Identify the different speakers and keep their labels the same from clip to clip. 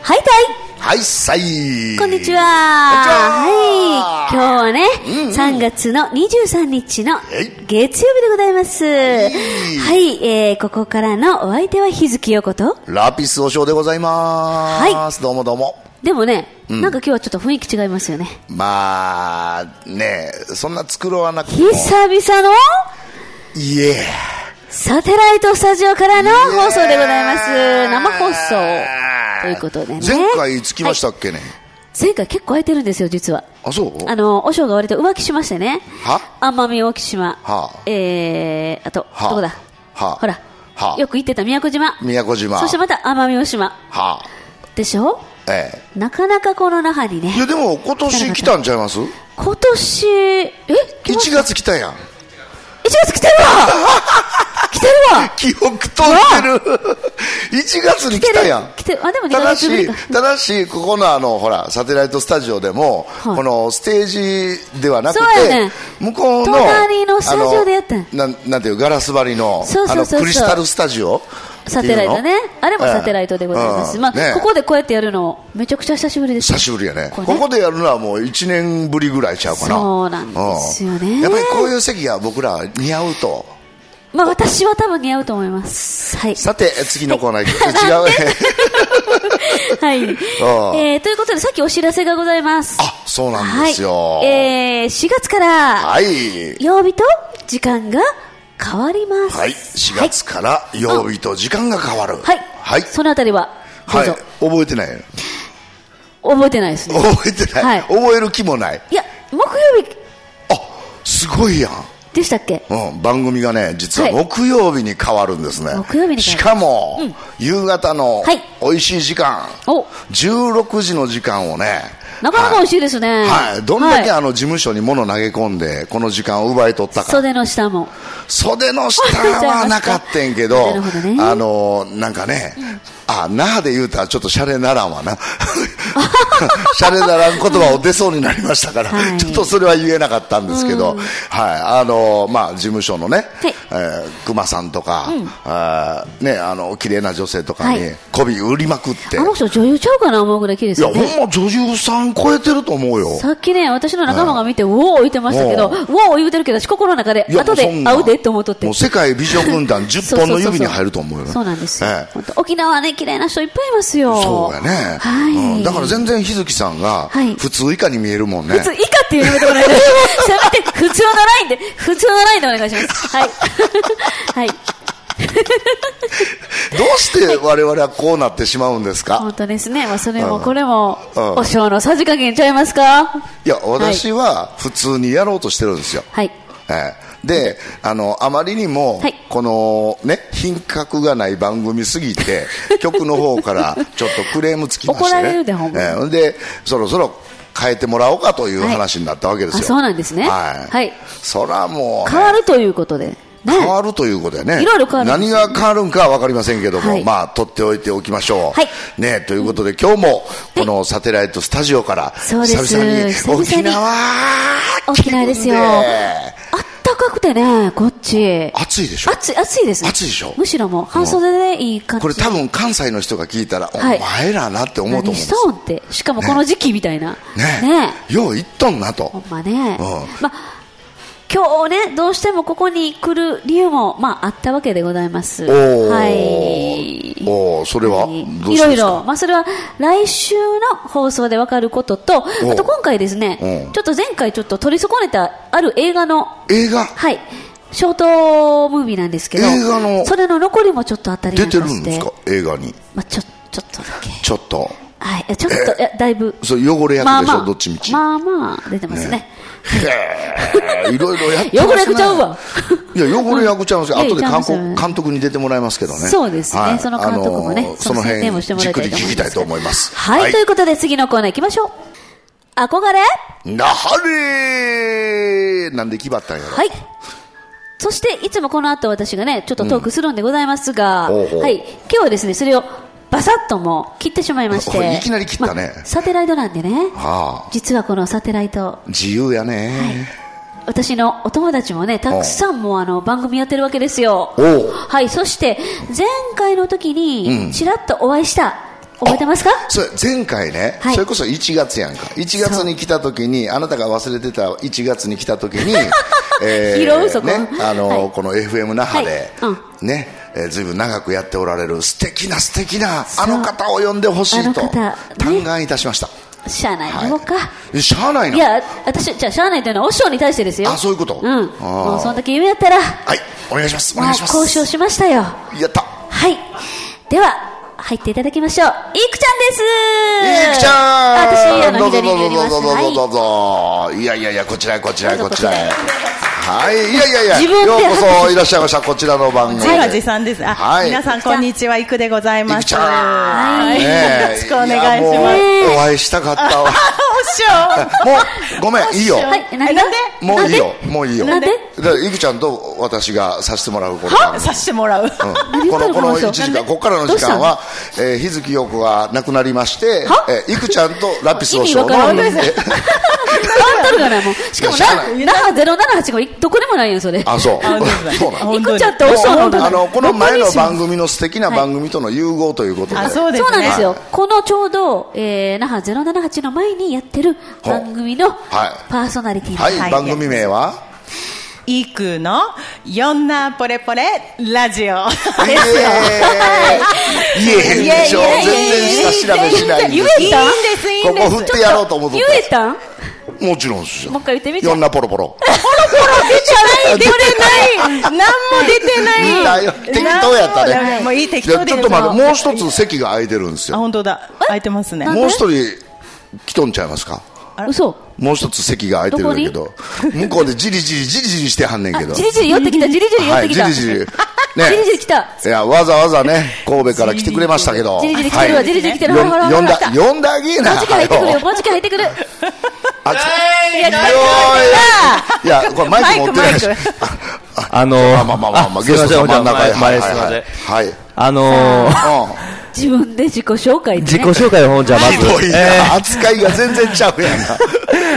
Speaker 1: はい、さい。
Speaker 2: こんにちは。
Speaker 1: は
Speaker 2: はい。今日はね、3月の23日の月曜日でございます。はい、えー、ここからのお相手は日月陽子と。
Speaker 1: ラピスお尚でございます。どうもどうも。
Speaker 2: でもね、なんか今日はちょっと雰囲気違いますよね。
Speaker 1: まあ、ねえそんな作ろわなくても。
Speaker 2: 久々の
Speaker 1: いえ。
Speaker 2: サテライトスタジオからの放送でございます。生放送。ということでね
Speaker 1: 前回つきましたっけね。
Speaker 2: 前回結構空いてるんですよ、実は。
Speaker 1: あ、そう
Speaker 2: あの、和尚が割と浮気しましてね。
Speaker 1: は
Speaker 2: 奄美大島。
Speaker 1: はあ
Speaker 2: えー、あと、
Speaker 1: はあ
Speaker 2: どこだ
Speaker 1: はあ
Speaker 2: ほら、
Speaker 1: はあ
Speaker 2: よく行ってた宮古島。
Speaker 1: 宮古島。
Speaker 2: そしてまた奄美大島。
Speaker 1: はあ。
Speaker 2: でしょ
Speaker 1: え
Speaker 2: なかなかこの那覇に
Speaker 1: え。い
Speaker 2: ね。
Speaker 1: や、でも今年来たんちゃいます
Speaker 2: 今年、え
Speaker 1: ?1
Speaker 2: 来ま
Speaker 1: 月来たやん。
Speaker 2: 1月来てる わ来てるわ
Speaker 1: 記憶飛んでる。1月 に来たやん。
Speaker 2: 来てる。あ、でも2
Speaker 1: た
Speaker 2: ヶ
Speaker 1: だ
Speaker 2: 月ぶり
Speaker 1: し
Speaker 2: か。、
Speaker 1: ただし、ここのあの、ほら、サテライトスタジオでも、
Speaker 2: はい
Speaker 1: このステージではなくて
Speaker 2: そうやねん、
Speaker 1: 向こうの、
Speaker 2: 隣のスタジオでやってん
Speaker 1: あのなんなんていう、ガラス張りの、
Speaker 2: そうそうそうそう
Speaker 1: あの、クリスタルスタジオ
Speaker 2: サテライトね
Speaker 1: っていう。の
Speaker 2: あれもサテライトでございます。
Speaker 1: うん
Speaker 2: まあ、
Speaker 1: ね
Speaker 2: ここでこうやってやるの、めちゃくちゃ久しぶりです
Speaker 1: 久
Speaker 2: よ。
Speaker 1: しぶりやね
Speaker 2: こ
Speaker 1: こ
Speaker 2: れね
Speaker 1: こでやるのはもう1年ぶりぐらいちゃうかな。
Speaker 2: そうなんですよね
Speaker 1: うんやっぱりこういう席が僕ら似合うと。
Speaker 2: まあ、私は多分似合うと思います。はい。
Speaker 1: さて、次のコーナー行く。 違う。
Speaker 2: はい。えー、ということで、さっきお知らせがございます。
Speaker 1: あ、そうなんですよ。
Speaker 2: はい。えー、4月から、
Speaker 1: はい。
Speaker 2: 曜日と時間が変わります。
Speaker 1: はい、4月から曜日と時間が変わる。
Speaker 2: はい。
Speaker 1: はい。
Speaker 2: そのあたりは、どう
Speaker 1: はい
Speaker 2: ぞ、。
Speaker 1: 覚えてない。
Speaker 2: 覚えてないですね。
Speaker 1: 覚えてない。
Speaker 2: はい
Speaker 1: 覚える気もない。
Speaker 2: いや、木曜日
Speaker 1: あ、すごいやん。
Speaker 2: でしたっけ
Speaker 1: うん、番組がね、実は
Speaker 2: はい
Speaker 1: 木曜日に変わるんですね。
Speaker 2: 木曜日に変わる
Speaker 1: しかも、夕方の
Speaker 2: はい
Speaker 1: 美味しい時間、
Speaker 2: お
Speaker 1: 16時の時間をね、
Speaker 2: なかなか美味しいですね。
Speaker 1: はい、どんだけ
Speaker 2: は
Speaker 1: あの事務所に物投げ込んで、この時間を奪い取った
Speaker 2: い
Speaker 1: か。
Speaker 2: 袖の下も。
Speaker 1: 袖の下はなかったん けど、
Speaker 2: なるほどね
Speaker 1: あのなんかね、あ、那覇で言うたらちょっとシャレならんわな。 シャレならん言葉を出そうになりましたから、
Speaker 2: はい
Speaker 1: ちょっとそれは言えなかったんですけど、はい、あのまあ、事務所のね、
Speaker 2: はい
Speaker 1: えー熊さんとか、あーね、あの、綺麗な女性とかに
Speaker 2: はい
Speaker 1: 媚び売りまくって、
Speaker 2: あの
Speaker 1: い、
Speaker 2: 人女優ちゃうかな思うぐらい綺麗です
Speaker 1: や、
Speaker 2: よ
Speaker 1: ほん
Speaker 2: ね。
Speaker 1: ま女優さん超えてると思うよ。
Speaker 2: さっきね、私の仲間が見て、うおー言ってましたけど、う
Speaker 1: うん
Speaker 2: おー言うてるけど、私心の中で
Speaker 1: い、や
Speaker 2: 後
Speaker 1: もうそ
Speaker 2: で
Speaker 1: んな
Speaker 2: 会うでって思っとって
Speaker 1: もう。世界美女 軍団10本の指に入ると思うよね。
Speaker 2: そうなんですよ
Speaker 1: ええ。
Speaker 2: 本当沖縄ね、綺麗な人いっぱいいますよ。
Speaker 1: そうやね、
Speaker 2: はい。
Speaker 1: うんだから全然日月さんが
Speaker 2: はい
Speaker 1: 普通以下に見えるもんね、
Speaker 2: 普通以下っていうのやめてもら いたい。せめて普通のラインで、普通のラインでお願いします。はい。 はい。
Speaker 1: どうして我々はこうなってしまうんですか
Speaker 2: 本当ですね。まあ、それもこれも
Speaker 1: うん、
Speaker 2: お正のさじ加減ちゃいますか
Speaker 1: いや私は普通にやろうとしてるんですよ、
Speaker 2: はい。
Speaker 1: ええであのあまりにも、
Speaker 2: はい
Speaker 1: このね品格がない番組すぎ て局の方からちょっとクレームつきまして、ね、
Speaker 2: 怒られるでほんまに
Speaker 1: ええでそろそろ変えてもらおうかという話になったわけですよ、
Speaker 2: はいあそうなんですね
Speaker 1: はい、
Speaker 2: はい
Speaker 1: そらもうね、
Speaker 2: 変わるということで。ね。
Speaker 1: 変わるということやね。
Speaker 2: いろいろ変わるんで
Speaker 1: 何
Speaker 2: す
Speaker 1: が変わるんかは分かりませんけども、
Speaker 2: はい
Speaker 1: まあ、取っておいておきましょう。
Speaker 2: はい
Speaker 1: ねということで、今日も、このサテライトスタジオから、
Speaker 2: そう
Speaker 1: 久
Speaker 2: です
Speaker 1: 々に、
Speaker 2: 久々に
Speaker 1: 沖縄
Speaker 2: 沖縄ですよ。
Speaker 1: 気
Speaker 2: あ
Speaker 1: 分
Speaker 2: ったかくてね、こっち。
Speaker 1: 暑いでしょ
Speaker 2: 暑い、暑いですね。
Speaker 1: 暑いでしょ
Speaker 2: むしろもう、半袖でいい感じ。
Speaker 1: これ多分関西の人が聞いたら、
Speaker 2: はい
Speaker 1: お前らなって思うと思う
Speaker 2: 何
Speaker 1: んで
Speaker 2: し
Speaker 1: す
Speaker 2: とんって。しかもこの時期みたいな。
Speaker 1: ね
Speaker 2: ね
Speaker 1: よう言っとんなと
Speaker 2: ほ。んまね、
Speaker 1: うん
Speaker 2: まあ、今日ね、どうしてもここに来る理由も、まあ、あったわけでございます。
Speaker 1: おー
Speaker 2: はい。
Speaker 1: おーそれは、
Speaker 2: はい
Speaker 1: どう
Speaker 2: い
Speaker 1: して
Speaker 2: ろ
Speaker 1: で
Speaker 2: い
Speaker 1: す
Speaker 2: ろ、
Speaker 1: か
Speaker 2: まあ、それは来週の放送で分かることと、
Speaker 1: お
Speaker 2: あと今回ですね
Speaker 1: う、ん
Speaker 2: ちょっと前回ちょっと取り損ねたある映画の、
Speaker 1: 映画
Speaker 2: はい、ショートムービーなんですけど、
Speaker 1: 映画の
Speaker 2: それの残りもちょっとあったりな
Speaker 1: 出
Speaker 2: んか
Speaker 1: て
Speaker 2: して
Speaker 1: るんですか映画に。
Speaker 2: まあ、ちょ、ちょっとだけ。
Speaker 1: ちょっと。
Speaker 2: はい、いやちょっと、いやだ いぶ。
Speaker 1: そう、汚れ役でしょ、
Speaker 2: まあまあ、
Speaker 1: どっちみち。
Speaker 2: まあまあ、出てますね
Speaker 1: へ ーいろいろやってます、ね、
Speaker 2: 汚れ役ちゃうわ
Speaker 1: いや汚れ役ちゃうんですけど
Speaker 2: うん
Speaker 1: 後で
Speaker 2: いやいやちゃい
Speaker 1: 監
Speaker 2: ますよね
Speaker 1: 督監督に出てもらいますけどね
Speaker 2: そうですね、
Speaker 1: はい
Speaker 2: その監督もね、
Speaker 1: あのーその
Speaker 2: 宣伝も
Speaker 1: 辺
Speaker 2: して
Speaker 1: じ
Speaker 2: もら
Speaker 1: っ
Speaker 2: い
Speaker 1: く
Speaker 2: たい
Speaker 1: り
Speaker 2: と思
Speaker 1: 聞
Speaker 2: い
Speaker 1: き
Speaker 2: ま
Speaker 1: た
Speaker 2: す
Speaker 1: いと思います
Speaker 2: はい、ということで次のコーナー行きましょう憧れ
Speaker 1: なはれなんで気張ったんやろ、
Speaker 2: はいそしていつもこの後私がねちょっとトークするんでございますが、
Speaker 1: ほうほう
Speaker 2: はい、今日はですねそれをバサッともう切ってしまいまし
Speaker 1: お
Speaker 2: て
Speaker 1: いきなり切ったね
Speaker 2: まあサテライトなんでね
Speaker 1: はあ
Speaker 2: 実はこのサテライト
Speaker 1: 自由やね、
Speaker 2: 私のお友達もねたくさんもうあの番組やってるわけですよ
Speaker 1: おう
Speaker 2: はいそして前回の時にちらっとお会いした、覚えてますか
Speaker 1: それ前回ね、
Speaker 2: はい
Speaker 1: それこそ1月やんか1月に来た時にあなたが忘れてた1月に来た時 に、
Speaker 2: 拾うそこ
Speaker 1: ねあの
Speaker 2: はい
Speaker 1: この FM 那覇で、
Speaker 2: はい
Speaker 1: ねえー、ずいぶん長くやっておられる素敵な素敵なあの方を呼んでほしいと
Speaker 2: あの方ね
Speaker 1: 嘆願いたしました、
Speaker 2: しゃあないのか、
Speaker 1: えしゃあない
Speaker 2: い、
Speaker 1: な
Speaker 2: や私じゃあしゃあないというのは和尚に対してですよ
Speaker 1: あそういうこと
Speaker 2: うん
Speaker 1: あー
Speaker 2: もうその時夢やったら
Speaker 1: はいお願いしますお
Speaker 2: もう
Speaker 1: 願いします
Speaker 2: 交渉しましたよ
Speaker 1: やった
Speaker 2: はいでは入っていただきましょういくちゃんです
Speaker 1: いくちゃん
Speaker 2: 私あの
Speaker 1: どうぞ
Speaker 2: 左に寄ります
Speaker 1: どうぞどうぞど
Speaker 2: は
Speaker 1: うぞどうぞいやいやいやこちらへこちらへ
Speaker 2: どう
Speaker 1: こ
Speaker 2: ぞ
Speaker 1: ちらへ
Speaker 2: こ
Speaker 1: はいいやいやいや
Speaker 2: 自分で
Speaker 1: ようこそいらっしゃいましたこちらの番組
Speaker 3: 自画自賛です。あ、
Speaker 1: はい
Speaker 3: 皆さんこんにちは、いくでござい
Speaker 1: い
Speaker 3: ま
Speaker 1: く
Speaker 3: す。
Speaker 1: ちゃん
Speaker 3: は
Speaker 1: ね
Speaker 3: い、
Speaker 1: え
Speaker 3: よろしくお願いします。
Speaker 1: やもう
Speaker 3: お
Speaker 1: お会いしたかった わ
Speaker 3: 師匠
Speaker 1: もうごめんいいよ
Speaker 2: いはい何が
Speaker 3: えなんで
Speaker 1: もういいよもういいよ
Speaker 2: なんで
Speaker 1: だからいくちゃんと私がさせてもらうこと
Speaker 3: はさしてもらう。
Speaker 2: 何言
Speaker 1: こ
Speaker 2: って
Speaker 1: の
Speaker 2: る
Speaker 1: この
Speaker 2: この人
Speaker 1: 1時
Speaker 2: な
Speaker 1: 間
Speaker 2: んで
Speaker 1: ここからの時間は、えー、日月陽子が亡くなりまして
Speaker 2: は、
Speaker 1: えー、いくちゃんとラピスをしよう
Speaker 2: 意味わからん
Speaker 1: え
Speaker 2: 変 わっとるからもうしかも
Speaker 1: いやしゃあない
Speaker 2: な那覇0785どこでもないよそれ
Speaker 1: あそう
Speaker 3: あ本当ですね
Speaker 1: そうなん
Speaker 3: 本当
Speaker 2: いく
Speaker 3: に
Speaker 2: ちゃんと和 尚の
Speaker 1: あのこの前の番
Speaker 2: 組
Speaker 1: 組の素敵な番組との融合ということで、
Speaker 3: あ、そうです
Speaker 2: そ
Speaker 3: ね。
Speaker 2: うなんですよ、このちょうど、えー、那覇078の前にやってる番組の
Speaker 1: はい
Speaker 2: パーソナリティの、
Speaker 1: はい、
Speaker 3: はい
Speaker 1: 番組名は、
Speaker 3: いくの、よんなポレポレラジオ。
Speaker 1: い、えー、言えへんでしょ
Speaker 2: いえいえいえ
Speaker 1: 全然下調べしないんです
Speaker 3: いいんです、いい
Speaker 1: こ
Speaker 3: んで
Speaker 1: こ
Speaker 3: す。
Speaker 1: 振ってやろうと思っとっ
Speaker 2: 言えたん
Speaker 1: たもちろんですよ
Speaker 2: もう一回言ってみて
Speaker 1: いろんなポロポロ
Speaker 3: 出てない。何も出て
Speaker 1: 見た
Speaker 3: ない。
Speaker 1: よ適当やった
Speaker 3: 何も出て
Speaker 1: ね
Speaker 3: ないもういい適
Speaker 1: じゃ
Speaker 3: 当
Speaker 1: あ
Speaker 3: で
Speaker 1: ち
Speaker 3: す
Speaker 1: ょっと待ってもう一つ席が空いてるんです
Speaker 3: あ、
Speaker 1: よ
Speaker 3: 本当だ。空いてますね。
Speaker 1: もう一人来とんちゃいますか
Speaker 3: あら
Speaker 2: 嘘
Speaker 1: もう一つ席が空いてるんやけど向こうでじりじりじりじりしてはんねん
Speaker 2: あ
Speaker 1: けど
Speaker 2: じりじり寄ってきたじりじり寄っ
Speaker 1: は
Speaker 2: て
Speaker 1: い
Speaker 2: き
Speaker 1: じ
Speaker 2: た、
Speaker 1: りじ り
Speaker 2: じり
Speaker 1: ね
Speaker 2: じり来た
Speaker 1: いや、わざわざね、神戸から来てくれましたけど。
Speaker 2: じりじり来てるわ
Speaker 1: はい
Speaker 2: じりじり来て
Speaker 1: よ
Speaker 2: るほらほらほら
Speaker 1: 呼んだ
Speaker 2: 来た、も
Speaker 1: 呼んだあげえな。
Speaker 2: うじき入ってくるよ
Speaker 1: は
Speaker 2: もうじき入ってくる
Speaker 1: あ来た
Speaker 2: いや来た来た
Speaker 1: いや、いやこれマイク持ってないし。
Speaker 3: マイク
Speaker 4: あの
Speaker 1: あまあまあまあまあ、
Speaker 4: す
Speaker 1: ゲ
Speaker 4: いま
Speaker 1: ス
Speaker 4: せん
Speaker 1: トの真ん中へ。
Speaker 4: お邪魔
Speaker 1: はい
Speaker 4: 前すいません
Speaker 1: はい。はい
Speaker 4: あのー
Speaker 2: 自分で自己紹介ね
Speaker 4: 自己紹介の本じゃまず
Speaker 1: うん。ひどい、
Speaker 4: え
Speaker 1: な。扱いが全然ちゃうやんな。
Speaker 4: ー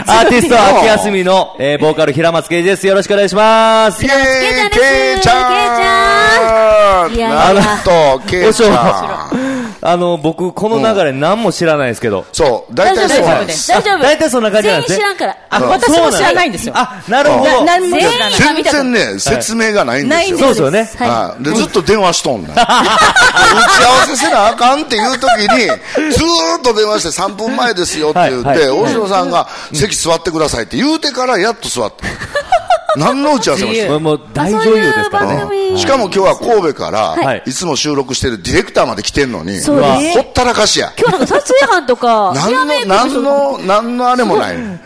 Speaker 4: アーティスト秋休みの、えーボーカル平松圭司です。よろしくお願いします。
Speaker 1: イェーイ
Speaker 2: ケ
Speaker 1: ケ
Speaker 2: イ
Speaker 1: イ
Speaker 2: ち
Speaker 1: ち
Speaker 2: ゃ
Speaker 1: ゃ
Speaker 2: ん
Speaker 1: ん
Speaker 2: いやいや
Speaker 1: なんと、ケイちゃん。
Speaker 4: あの、僕、この流れ何も知らないですけど。
Speaker 1: そう、大
Speaker 2: 大丈夫
Speaker 1: 体そうなんです。
Speaker 2: 大丈夫
Speaker 4: あ大体そんな感じなんです
Speaker 2: 全
Speaker 4: ね
Speaker 2: 員知らんから
Speaker 3: あ、
Speaker 4: うん
Speaker 3: 私も知らないんですよ。
Speaker 4: あ、なるほ
Speaker 1: あ
Speaker 4: ど。
Speaker 3: な何も知
Speaker 2: 全員
Speaker 3: らない。
Speaker 1: 全然ね、説明がないんで
Speaker 3: ない
Speaker 1: す
Speaker 3: ん
Speaker 1: よ
Speaker 3: で。
Speaker 4: そうですよね。
Speaker 2: はい
Speaker 1: はい、でずっと電話しとんねん打ち合わせせなあかんっていう時に、ずーっと電話して3分前ですよって言って、
Speaker 4: はいはい
Speaker 1: 大城さんが席座ってくださいって言うてからやっと座って。何の打ち合わせもして
Speaker 4: もうもう大女優ですから
Speaker 2: あそういう番組
Speaker 4: ね。
Speaker 1: ないしかも今日は神戸から、
Speaker 4: はい
Speaker 1: い、つも収録してるディレクターまで来てんのに、
Speaker 2: そうです
Speaker 1: ほったらかしや。
Speaker 2: 今日なんか撮影班とか
Speaker 1: 何
Speaker 2: ヘア
Speaker 1: の
Speaker 2: メイ、クの人
Speaker 1: 何
Speaker 2: とか
Speaker 1: の、何のあれもない。うん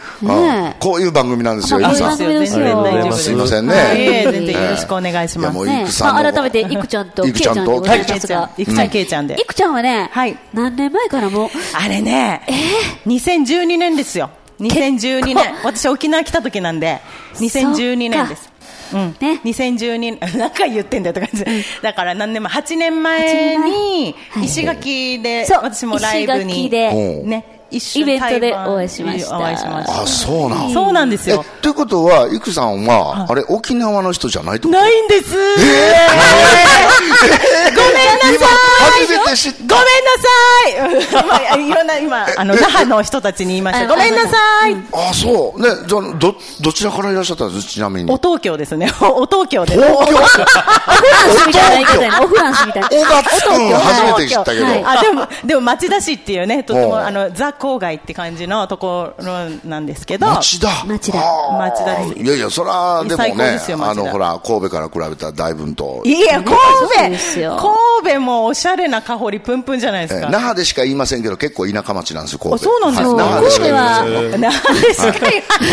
Speaker 1: こういう番組なんですよ、
Speaker 2: まあ
Speaker 1: イクさん。
Speaker 2: こういう番組ですよ
Speaker 3: 大丈夫
Speaker 4: ありがとうござい
Speaker 3: で
Speaker 4: ます
Speaker 1: すいません
Speaker 3: はいい
Speaker 1: ね。
Speaker 3: え全然よろしくお願いしま
Speaker 1: いやもう
Speaker 3: す。
Speaker 2: ね
Speaker 1: イクさんの
Speaker 2: まあ、改めていくちゃんと
Speaker 1: いくちゃんと
Speaker 2: けいでござい
Speaker 3: け
Speaker 2: ま
Speaker 3: い
Speaker 2: す
Speaker 3: ちゃ
Speaker 2: が
Speaker 3: ん、いくちゃん、けいちゃんで
Speaker 2: い。くちゃんはね、
Speaker 3: はい
Speaker 2: 何年前からもう
Speaker 3: あれね、2012年ですよ。2012年
Speaker 2: 結。
Speaker 3: 私、沖縄来た時なんで、2012年です。うん。
Speaker 2: ね
Speaker 3: 2012年、 何回言ってんだよって感じ。だから何年前、8年前に
Speaker 2: 八年前はい、
Speaker 3: 石垣で、
Speaker 2: そう
Speaker 3: 私もライブ
Speaker 2: 石垣
Speaker 3: に、
Speaker 2: で
Speaker 1: うん
Speaker 3: ね、一緒
Speaker 2: イベントで
Speaker 3: 対バン
Speaker 2: お会いしました
Speaker 3: お会いしました
Speaker 1: あ、そうなん。
Speaker 3: そうなんです
Speaker 1: え
Speaker 3: よ。、
Speaker 1: ということは、イクさんは、あれ、沖縄の人じゃないってこと
Speaker 3: ないんですごめんなさい
Speaker 1: 今初めて知っ
Speaker 3: ごめん なさい、まあ、いろんな 今、あの、那覇の人たちに言いまし
Speaker 2: あ
Speaker 3: た。ごめんなさい。
Speaker 1: あ、そう。ね、じゃあ、ど、どちらからいらっしゃったんですちなみに。
Speaker 3: お
Speaker 1: お
Speaker 3: 東京ですね。 お東京です。
Speaker 1: 東京
Speaker 2: みたいな言い方やなオフランスみたいな
Speaker 1: おがつくん初めて知ったけど。
Speaker 2: はい
Speaker 3: あで も、でも町田市っていうね、とて
Speaker 1: おう
Speaker 3: もあのザ郊外って感じのところなんですけど、
Speaker 1: 町田。
Speaker 2: 町田
Speaker 1: あー
Speaker 3: 町田です
Speaker 1: いやいや、そら、でも
Speaker 3: 最高で
Speaker 1: ね
Speaker 3: す、よ町田
Speaker 1: あの、ほら、神戸から比べたらだいぶんと。
Speaker 3: いや、神
Speaker 2: そうですよ
Speaker 3: 戸、神戸もおしゃれな香りプンプンじゃないで
Speaker 1: え
Speaker 3: す
Speaker 1: ー
Speaker 3: か。
Speaker 1: 那覇でしか言いませんけど、結構田舎町なんですよ、神戸。
Speaker 3: あそうなんですか
Speaker 1: はい那覇でしか言いませんよ。
Speaker 3: な確かに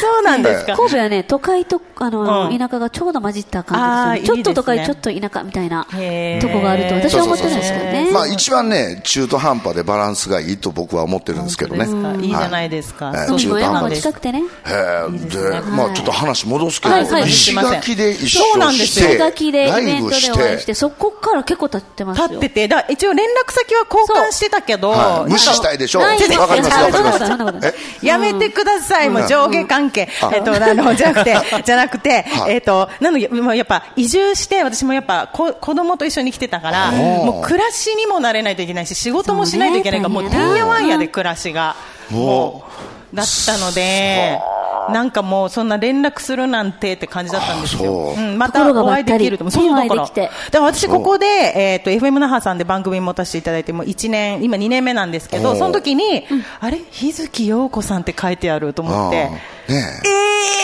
Speaker 3: そうなんですか。
Speaker 2: 神戸はね都会とあの、
Speaker 3: うん
Speaker 2: 田舎がちょうど混じった感じですよね
Speaker 3: あーいいですね
Speaker 2: ちょっと都会ちょっと田舎みたいな
Speaker 3: へー
Speaker 2: とこがあると私は思ってないですけどね
Speaker 1: まあ一番ね、中途半端でバランスがいいと僕は思ってるんですけどね。
Speaker 3: 本当ですかいいじゃない
Speaker 1: で
Speaker 3: ですか。
Speaker 1: はい
Speaker 3: そう
Speaker 1: う
Speaker 2: で
Speaker 1: ち
Speaker 2: も
Speaker 1: の
Speaker 2: エア
Speaker 1: 旦
Speaker 2: コ
Speaker 1: 那
Speaker 2: ン
Speaker 1: です
Speaker 2: 近くてね
Speaker 1: す。へえで、まあちょっと話戻すけ
Speaker 2: はいは
Speaker 1: ど、
Speaker 2: い
Speaker 1: 石垣で一
Speaker 3: そうな
Speaker 1: 緒
Speaker 3: んですよ
Speaker 1: して、
Speaker 2: 石垣でイ
Speaker 1: ラ
Speaker 2: ベ
Speaker 1: イ
Speaker 2: ント
Speaker 1: ブ
Speaker 2: で
Speaker 1: し、
Speaker 2: お会いしててそこから結構構経ってますよ
Speaker 3: 立ってて、だから一応連絡先は交換してたけど、
Speaker 1: は、
Speaker 3: ないん
Speaker 1: 無視したいでしょう。
Speaker 2: ないですよ
Speaker 1: わかります、わかりま
Speaker 2: そんなこと
Speaker 1: す。
Speaker 2: ない
Speaker 1: え
Speaker 3: やめてください、もう上下関係、えっと、あの、じゃなくて、じゃなくて
Speaker 1: は、い
Speaker 3: えっと、なので、もうやっぱ移住して、私もやっぱ、こ、子供と一緒に来てたから、
Speaker 1: ー
Speaker 3: もう暮らしにもなれないといけないし、仕事もしないといけないか
Speaker 2: そ
Speaker 3: ら、も
Speaker 2: う
Speaker 3: う
Speaker 2: ね
Speaker 3: てんやわんやで暮らしが、
Speaker 1: も
Speaker 3: もう、だったので、なんかもう、そんな連絡するなんてって感じだったんですよ。、
Speaker 1: あそうん
Speaker 3: ま
Speaker 2: とこ
Speaker 3: た
Speaker 2: ろが
Speaker 3: お
Speaker 2: ば
Speaker 3: 会
Speaker 2: っ
Speaker 3: い
Speaker 2: かり
Speaker 3: できると思う。そう、だ
Speaker 2: ね
Speaker 3: か
Speaker 2: お会い
Speaker 3: ら。
Speaker 2: できて
Speaker 3: だから私ここで、えっ、と、FM 那覇さんで番組持たせていただいて、もう1年、今2年目なんですけ
Speaker 1: お
Speaker 3: ど、
Speaker 1: ー
Speaker 3: その時に、あれ日月陽子さんって書いてあると思って、
Speaker 1: うんねえ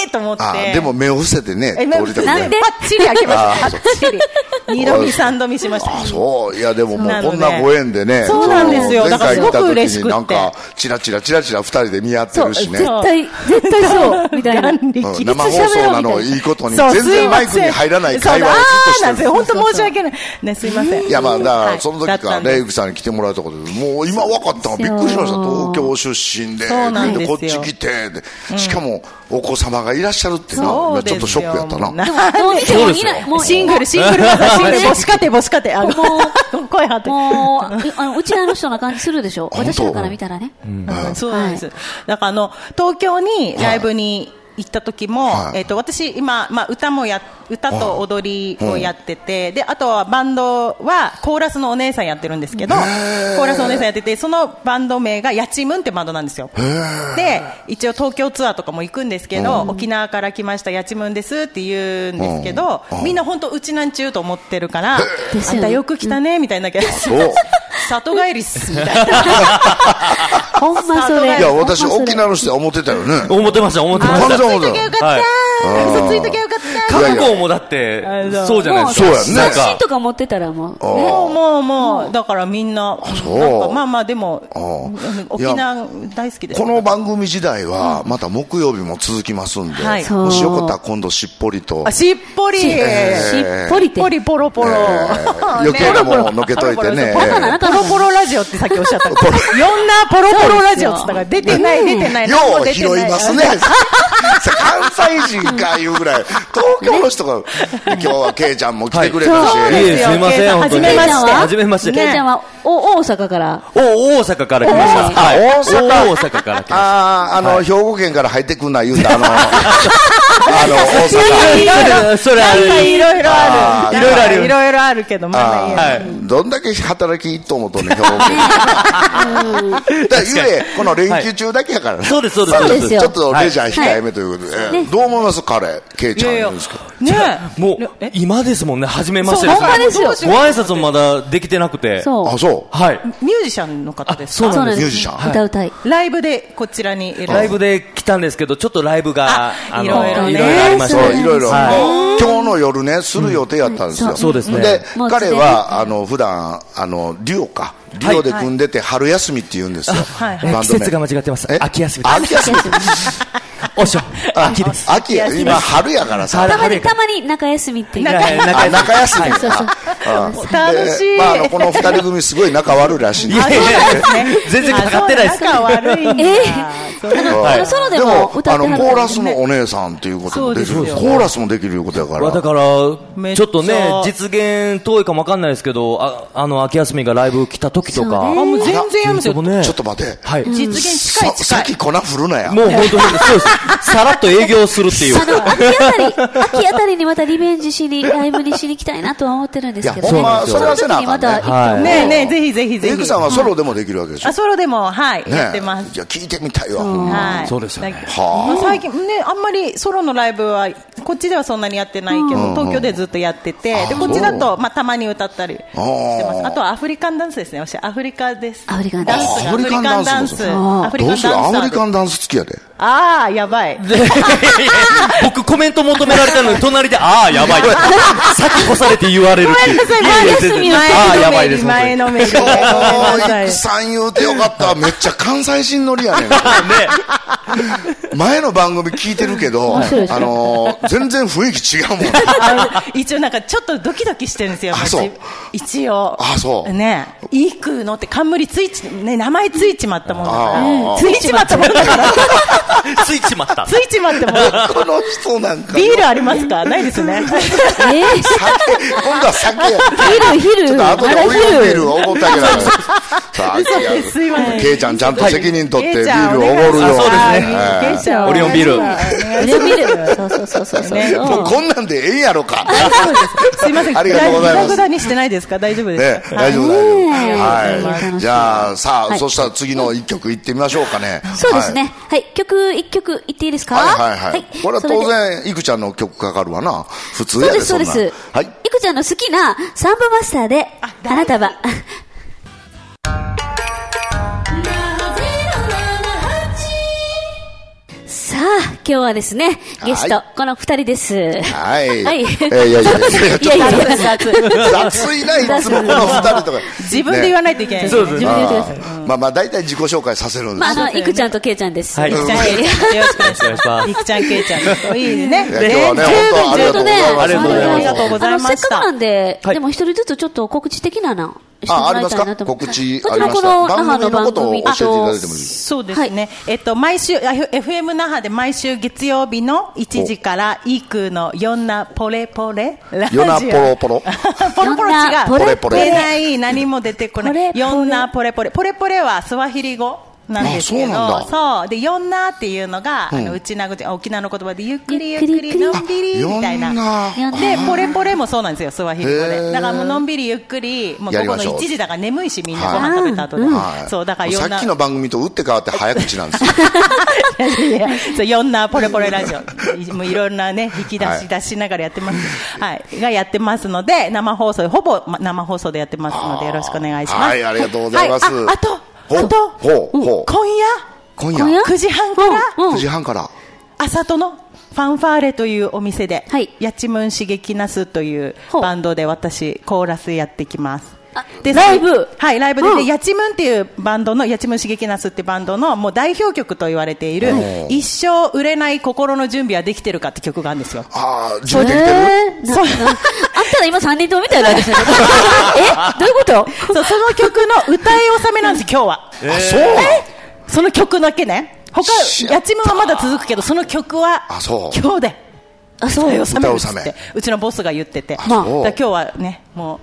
Speaker 3: えーと思って。
Speaker 1: あ、でも目を伏せてね、
Speaker 3: 今
Speaker 1: 通りたく
Speaker 3: パ
Speaker 1: な
Speaker 2: ないんで。
Speaker 3: ッチリ開けま
Speaker 1: あー
Speaker 3: した。パッチリ。二度見、三度見しました。
Speaker 1: あ、そう。いや、でもも
Speaker 3: な
Speaker 1: う
Speaker 3: の
Speaker 1: こ
Speaker 3: で
Speaker 1: んなご縁でね。
Speaker 3: そうなんですよ
Speaker 1: その
Speaker 3: だから
Speaker 1: 前回来た
Speaker 3: すごく
Speaker 1: 時
Speaker 3: 嬉しく
Speaker 1: に
Speaker 3: って
Speaker 1: なんか、チラチラチラチラ二人で見合ってるしね。
Speaker 3: そ
Speaker 2: 絶
Speaker 3: う
Speaker 2: 対、絶対そう、みたいな。
Speaker 3: 眼力
Speaker 1: うん生放送なのをいいことに、
Speaker 3: そう
Speaker 1: 全
Speaker 3: すい
Speaker 1: 然マ
Speaker 3: ませ
Speaker 1: イ
Speaker 3: ん
Speaker 1: クに入らない会話をずっ
Speaker 3: そうだあーなん
Speaker 1: として
Speaker 3: です
Speaker 1: る
Speaker 3: よ。。本当申し訳ない。ね、すいません。
Speaker 1: いやまあだか
Speaker 3: は
Speaker 1: らその時から
Speaker 3: だ
Speaker 1: ね、
Speaker 3: ったん
Speaker 1: ゆ
Speaker 3: で
Speaker 1: きさんに来てもらったことで、もう今分かったのびっくりしました。東京出身で、
Speaker 3: そうなんです
Speaker 1: こ
Speaker 3: よ
Speaker 1: っち来て、でしかもお子様がいらっしゃるっていうの
Speaker 3: そ
Speaker 1: は、
Speaker 3: うです
Speaker 1: ちょ
Speaker 3: よ
Speaker 1: っとショックやったな。
Speaker 3: もう
Speaker 2: どう見てもいない。もう
Speaker 3: シングル、シングルマザー、シングル、母子家庭、母子家庭。あの、 声張って。
Speaker 2: もう、あの、うちらの人な感じするでしょ。
Speaker 1: 本当
Speaker 2: 私らから見たらね。
Speaker 3: うんそうなんです。だからあの、東京にライブに行った時も、
Speaker 1: はい
Speaker 3: えっ、と、私、今、まあ、歌もや、歌と踊りをやってて、で、あとはバンドは、コーラスのお姉さんやってるんですけど、コーラスのお姉さんやってて、そのバンド名が、やちむんってバンドなんですよ。で、一応東京ツアーとかも行くんですけど、沖縄から来ました、やちむんですって言うんですけど、みんな本当、うちなんちゅうと思ってるから、
Speaker 2: です
Speaker 3: あ
Speaker 2: よね
Speaker 3: んたよく来たね、みたいな、
Speaker 1: そう。
Speaker 3: 里帰りっす、みたいな。
Speaker 2: ほんまそれ。
Speaker 1: いや、私、
Speaker 2: ほんまそれ
Speaker 1: 沖縄の人は思ってたよね。
Speaker 4: 思ってました、思ってま
Speaker 1: あ
Speaker 4: し
Speaker 1: そう
Speaker 4: た。
Speaker 1: 嘘ついときゃよか
Speaker 4: ったはい
Speaker 1: 嘘ついときゃよ
Speaker 3: かった
Speaker 1: いや
Speaker 4: 韓
Speaker 1: いや
Speaker 4: 国もだって
Speaker 3: あの、
Speaker 4: そうじゃない
Speaker 2: も
Speaker 4: で
Speaker 2: う
Speaker 4: す
Speaker 1: そう
Speaker 4: か。
Speaker 1: や
Speaker 2: 写
Speaker 1: ね
Speaker 4: なんか
Speaker 2: 真とか持ってたらもう。
Speaker 1: あ
Speaker 3: もうもうもう、だからみんな、
Speaker 1: そう
Speaker 3: なんかまあまあでも
Speaker 1: あ、
Speaker 3: 沖縄大好きです。
Speaker 1: この番組時代は、また木曜日も続きますんで、
Speaker 3: はい
Speaker 1: もしよかったら今度しっぽりと
Speaker 3: あ、、しっぽり、
Speaker 2: し
Speaker 3: し
Speaker 2: しっぽり
Speaker 3: っ
Speaker 2: って
Speaker 3: ぽ。りポロポロ。
Speaker 1: えー余計なもんをのけといてね
Speaker 3: ポロポロそうポロポロポロラジオってさっきお っしゃった。呼んだポロポロラジオって言ったから、出てない、出てない。
Speaker 1: よ
Speaker 3: 何も
Speaker 1: う
Speaker 3: 出て
Speaker 1: 拾い
Speaker 3: ない
Speaker 1: ますね。 関西人かいうぐらい、東京の人が、今日はケイちゃんも来てくれたし、
Speaker 3: はい
Speaker 4: えいえ、す
Speaker 3: そう
Speaker 4: みません、本当に。
Speaker 3: はじ
Speaker 2: ケ
Speaker 3: めま
Speaker 2: イちゃん
Speaker 3: して
Speaker 4: はじめまして。
Speaker 2: ケイちゃんは、お、大阪から。
Speaker 4: お、大阪から来ました。はい。
Speaker 1: 大阪
Speaker 4: 大阪から来まし
Speaker 1: ああ、あの、兵庫県から入ってくんな言うた、あの、あの、
Speaker 4: た。
Speaker 1: 大
Speaker 3: いろいろ
Speaker 4: それ、それあ
Speaker 3: なんかい
Speaker 4: れ。
Speaker 3: ろいろある。
Speaker 4: あーいろいろある
Speaker 3: いろいろあるけど、まだいいや。
Speaker 4: はい。
Speaker 1: 阪。どんだけ働きいいと思うとんねん、兵庫県。だゆえ、この連休中だけやからね。
Speaker 4: そうです、そうです、
Speaker 2: そうですよ
Speaker 1: ちょっとレジャー控えめということで、えーどう思います彼、ケイ
Speaker 3: い
Speaker 1: ちゃん
Speaker 3: や
Speaker 1: 言
Speaker 3: いや
Speaker 1: うんですけど。
Speaker 3: ね
Speaker 4: もう
Speaker 3: え、
Speaker 4: 今ですもんね、初めましてです
Speaker 2: そうほんまですよ
Speaker 4: ご挨拶もまだできてなくて。
Speaker 2: そう。
Speaker 1: あ、そう。
Speaker 4: はい。
Speaker 3: ミュージシャンの方ですか
Speaker 4: あそうなんです
Speaker 1: ミュージシャ
Speaker 2: ン。歌うたい。
Speaker 3: ライブでこちらに
Speaker 4: ライブで来たんですけど、ちょっとライブが、
Speaker 3: あ
Speaker 4: あの、
Speaker 3: いろ
Speaker 4: いろい
Speaker 3: い
Speaker 4: ろ
Speaker 3: ろね
Speaker 4: ありまし
Speaker 1: そう、い
Speaker 4: て。
Speaker 1: ろいろ。
Speaker 4: はい
Speaker 1: もう今日の夜ね、する予定やったんです
Speaker 2: う
Speaker 1: よ。
Speaker 2: ん
Speaker 4: そうですね
Speaker 1: で
Speaker 2: もう、
Speaker 1: 彼は、あの、普段、あの、デュオか。デュオで組んでて、春休みって言うんですよ。
Speaker 3: はいはい
Speaker 1: バンド名
Speaker 4: 季節が間違ってます
Speaker 1: え
Speaker 4: 秋休み
Speaker 1: 秋休み。
Speaker 4: おっしょ、
Speaker 1: あ
Speaker 4: 秋です。
Speaker 1: 秋や、今、春やからさ。
Speaker 2: たまに、
Speaker 4: か
Speaker 2: たまに中休みっていう。
Speaker 4: 中
Speaker 2: はい
Speaker 1: あ中休み
Speaker 4: はい
Speaker 1: か。あ
Speaker 3: 楽しい
Speaker 1: でまああの、この二人組、すごい仲悪いらしいん
Speaker 4: い
Speaker 1: です
Speaker 4: やいやいや、全然かかってないです。
Speaker 3: 仲悪いんだ。
Speaker 2: え
Speaker 3: そう
Speaker 2: あの、あのソロで
Speaker 1: で
Speaker 2: も
Speaker 1: も
Speaker 2: 歌
Speaker 1: あ
Speaker 2: って
Speaker 1: の
Speaker 2: は
Speaker 1: コーラ
Speaker 2: る。
Speaker 1: スのお姉さんということもできる
Speaker 3: そうですよ
Speaker 1: コーラスもできるいうことやか
Speaker 4: わ
Speaker 1: ら
Speaker 4: だから、
Speaker 3: めっ
Speaker 4: ち
Speaker 3: ちゃ
Speaker 4: ょっとね、実現遠いかもわかんないですけど、ああの、秋休みがライブ来た時とか。
Speaker 2: そう
Speaker 3: あ、
Speaker 2: ね
Speaker 3: もう全然やめますよ。
Speaker 4: も
Speaker 3: 実
Speaker 4: ね
Speaker 1: ちょっと待て
Speaker 4: はい。もう
Speaker 3: 現近い
Speaker 1: さ
Speaker 3: 近
Speaker 1: さっ
Speaker 3: い。
Speaker 1: き粉振るなや
Speaker 4: 本当に、そうです。さらっと営業するっていう。
Speaker 2: あの、秋あたり、秋あたりにまたリベンジしに、ライブにしに行きたいなとは思ってるんですけど
Speaker 1: いやほん
Speaker 2: ね
Speaker 1: ま。
Speaker 2: その時
Speaker 1: そ
Speaker 2: に
Speaker 1: れはせなあ
Speaker 2: ま
Speaker 1: かんね
Speaker 2: た
Speaker 4: はい
Speaker 3: ねえねえ、ぜひぜひぜ
Speaker 1: ゆく
Speaker 3: ひ
Speaker 1: さん。はソロでもできるわけでしょ
Speaker 3: あ、ソロでも、はい、やってます。
Speaker 1: じゃ聞いてみたいわ、ほんま
Speaker 3: はい。
Speaker 4: そうですよね
Speaker 3: だ
Speaker 1: はあ
Speaker 3: まあ最近ね、あんまりソロのライブは、こっちではそんなにやってないけど、東京でずっとやってて、で、こっちだと、まあ、たまに歌ったりしてます。あとはアフリカンダンスですね。私、アフリカです。
Speaker 2: アフリカンダ
Speaker 3: ダ
Speaker 2: ン
Speaker 3: ン
Speaker 2: ス
Speaker 3: スが。アフリカンダ
Speaker 1: あどう
Speaker 3: ンス。アフリカン
Speaker 1: する
Speaker 3: ダ
Speaker 1: ア
Speaker 3: ンス。
Speaker 1: フリカンダンス好きやで
Speaker 3: ああ、やばい。
Speaker 4: 僕コメント求められたのに、隣で、ああ、やばい。さっき越されて言われるっていう。
Speaker 3: ごめんなさい
Speaker 4: いやい
Speaker 3: 前
Speaker 4: や
Speaker 3: のめり
Speaker 4: 全然ああ、やばいです。本当
Speaker 3: 前
Speaker 4: に
Speaker 3: のめ り。前のめり。ごめんなさ
Speaker 1: い
Speaker 3: い
Speaker 1: く。さん言うてよかっためっちゃ関西人乗りやねん
Speaker 4: ね。
Speaker 1: 前の番組聞いてるけど、あ
Speaker 2: 面白いですね
Speaker 1: のー全然雰囲気違うもんね。
Speaker 3: あの一応なんかちょっとドキドキしてるんですよ、
Speaker 1: あそう
Speaker 3: 一応。
Speaker 1: あそう
Speaker 3: ねいい食うのって冠ついち、ね、名前ついちまったもんだから。
Speaker 1: あー
Speaker 3: ついちまったもんだから。
Speaker 4: ついちまった
Speaker 3: つ。いち まったもん。
Speaker 1: この人なんか、
Speaker 3: ビールありますかないですね。
Speaker 2: えー、
Speaker 1: 酒、今度は酒や。
Speaker 2: 昼、昼、
Speaker 1: ちょっと後で
Speaker 2: まだ
Speaker 1: お湯をビール
Speaker 2: 昼。
Speaker 1: をおごってあげられない。さあ、
Speaker 3: すいません
Speaker 1: ケイちゃんちゃんと責任取ってビ
Speaker 3: ケイちゃ
Speaker 1: ー
Speaker 3: ん
Speaker 1: ルをおごるよ。
Speaker 4: お願いしますあそうですね
Speaker 1: ええ
Speaker 3: ケイちゃん
Speaker 4: オリオンビール
Speaker 3: お願いします
Speaker 2: 昼、昼。そうそうそうそうそう。
Speaker 3: ね
Speaker 1: もうこんなんでええやろか。
Speaker 3: すいません。
Speaker 1: ありがとうございます
Speaker 3: ぐだぐだにしてないですか大丈夫で
Speaker 1: ね
Speaker 3: すか、
Speaker 1: 大丈夫、大
Speaker 2: ねえ
Speaker 1: 丈夫。
Speaker 2: 楽し
Speaker 1: は
Speaker 2: み
Speaker 1: い。じゃあ、さ
Speaker 2: は
Speaker 1: あ、
Speaker 2: い
Speaker 1: そしたら次の一曲いってみましょうかね。
Speaker 2: そうです
Speaker 1: はい。
Speaker 2: ね。はい。曲、一曲言っていいですか
Speaker 1: はいはいはい。これは
Speaker 2: そで
Speaker 1: 当然、いくちゃんの曲かかるわな。普
Speaker 2: そ
Speaker 1: 通
Speaker 2: う
Speaker 1: や
Speaker 2: で
Speaker 1: で、
Speaker 2: す、そ
Speaker 1: そ
Speaker 2: で
Speaker 1: うんなん
Speaker 2: す。
Speaker 1: はいい。。
Speaker 2: くちゃんの好きなサンボマスターで、花束。さあ、今日はですね、ゲスト、
Speaker 1: は
Speaker 2: この二人です。
Speaker 1: はい
Speaker 2: はい。
Speaker 1: えーいやいやいやいやちょっと
Speaker 2: いやいや
Speaker 1: 雑いな、いつもこの二人とか。
Speaker 3: 自分で言わないといけないですね。
Speaker 4: そう
Speaker 2: 自分で言ってください。
Speaker 1: あーまあまあ、大体自己紹介させるんで
Speaker 2: まあ、
Speaker 1: すよ。
Speaker 2: あの、いくちゃんとけいちゃんです。
Speaker 4: はい
Speaker 3: じゃあよろしくお願いし
Speaker 4: お願いし
Speaker 3: ま
Speaker 4: ます
Speaker 3: す。いくちゃん、けいちゃん。いいね。
Speaker 1: いや今日はね、本当あり
Speaker 2: ちょ
Speaker 1: が
Speaker 2: うど
Speaker 1: とうご
Speaker 2: ね、
Speaker 1: ざいます。
Speaker 4: ありがとうございます
Speaker 2: あのせ
Speaker 3: ありがとうございました
Speaker 2: っかくなんで、
Speaker 4: はい
Speaker 2: でも一人ずつちょっと告知的なの。しても
Speaker 1: あ、あ
Speaker 2: ら
Speaker 1: り
Speaker 2: い
Speaker 1: ます
Speaker 2: たい
Speaker 1: か
Speaker 2: なと思っ
Speaker 1: 告
Speaker 2: て
Speaker 1: 知
Speaker 2: こ
Speaker 1: あ
Speaker 2: ち
Speaker 1: り
Speaker 2: ら
Speaker 1: ま
Speaker 2: こ
Speaker 1: した。
Speaker 2: の那
Speaker 1: 番
Speaker 2: 覇の
Speaker 1: 組の
Speaker 2: 番
Speaker 1: ことを教
Speaker 2: 組
Speaker 1: えていただいてもいいです
Speaker 3: そうですね、えっと、毎週、あ FM 那覇で毎週月曜日の1時から、イークーのよんなポレポレラジオ。
Speaker 1: よなポロポロ
Speaker 3: ポロポロ違う。
Speaker 2: よんなポレ
Speaker 1: ポレ
Speaker 3: 出ない、何も出てこ
Speaker 2: ポレ
Speaker 3: な
Speaker 2: ポ
Speaker 3: い。
Speaker 2: レ
Speaker 3: よんなポレポレ。ポレポレはスワヒリ語。なんですけど
Speaker 1: あそうなんだ
Speaker 3: そうでよんなっていうのが、あのうちなぐち沖縄の言葉でゆっくりゆっ
Speaker 2: ゆっく
Speaker 3: く
Speaker 2: り
Speaker 3: りのんびりみたいな
Speaker 2: よんな
Speaker 3: でポレポレもそうなんですよスワヒリ語
Speaker 1: へー
Speaker 3: でだからもうのんびりゆっくりもう
Speaker 1: や
Speaker 3: 午
Speaker 1: り
Speaker 3: 後
Speaker 1: ま
Speaker 3: の
Speaker 1: しょう
Speaker 3: 1時だから眠いしみんなご飯食べた後で、
Speaker 1: はい
Speaker 3: そうだからよ
Speaker 1: さ
Speaker 3: んな
Speaker 1: っきの番組と打って変わって早口なんですよ。
Speaker 3: そういろんなポレポレラジ オ、もういろんなね、引き出
Speaker 1: はい
Speaker 3: し出しながらやってます。はい。がやってますので、生放送、ほぼま生放送でやってますので、よろしくお願いします。
Speaker 1: はいありがとうございます
Speaker 3: はああと、
Speaker 1: ほう
Speaker 3: あと、
Speaker 1: ほうほう
Speaker 3: 今夜、
Speaker 2: 今
Speaker 1: 今
Speaker 2: 夜
Speaker 1: 夜
Speaker 3: 9時半から、
Speaker 2: うん
Speaker 1: 9時半から。
Speaker 3: あさとのファンファーレというお店で、
Speaker 2: はい
Speaker 3: やちむんしげきなすという
Speaker 2: ほう
Speaker 3: バンドで私、コーラスやってきます
Speaker 2: あ。
Speaker 3: で
Speaker 2: ライブ
Speaker 3: はい、ライブで、
Speaker 2: うん
Speaker 3: でやちむんっていうバンドの、やちむんしげきなすってバンドの、もう代表曲と言われている、一生売れない心の準備はできてるかって曲があるんで すよ。
Speaker 1: ああ、
Speaker 2: えー、
Speaker 1: 準備できて
Speaker 2: な
Speaker 1: る
Speaker 2: なあんたら今3人ともみたいな ですね。えどういうこと
Speaker 3: そう、その曲の歌い納めなんです、今日は。
Speaker 1: あ、そう
Speaker 3: その曲だけね。他
Speaker 1: 知、らん
Speaker 3: やちむんはまだ続くけど、その曲は
Speaker 1: あそう、
Speaker 3: 今日で。
Speaker 2: あ、そう
Speaker 3: 歌い
Speaker 2: よ。
Speaker 3: 納めるっつっ
Speaker 1: 歌い
Speaker 3: て
Speaker 1: 納
Speaker 3: うちのボスが言ってて、
Speaker 2: まあ
Speaker 3: だから今日はねも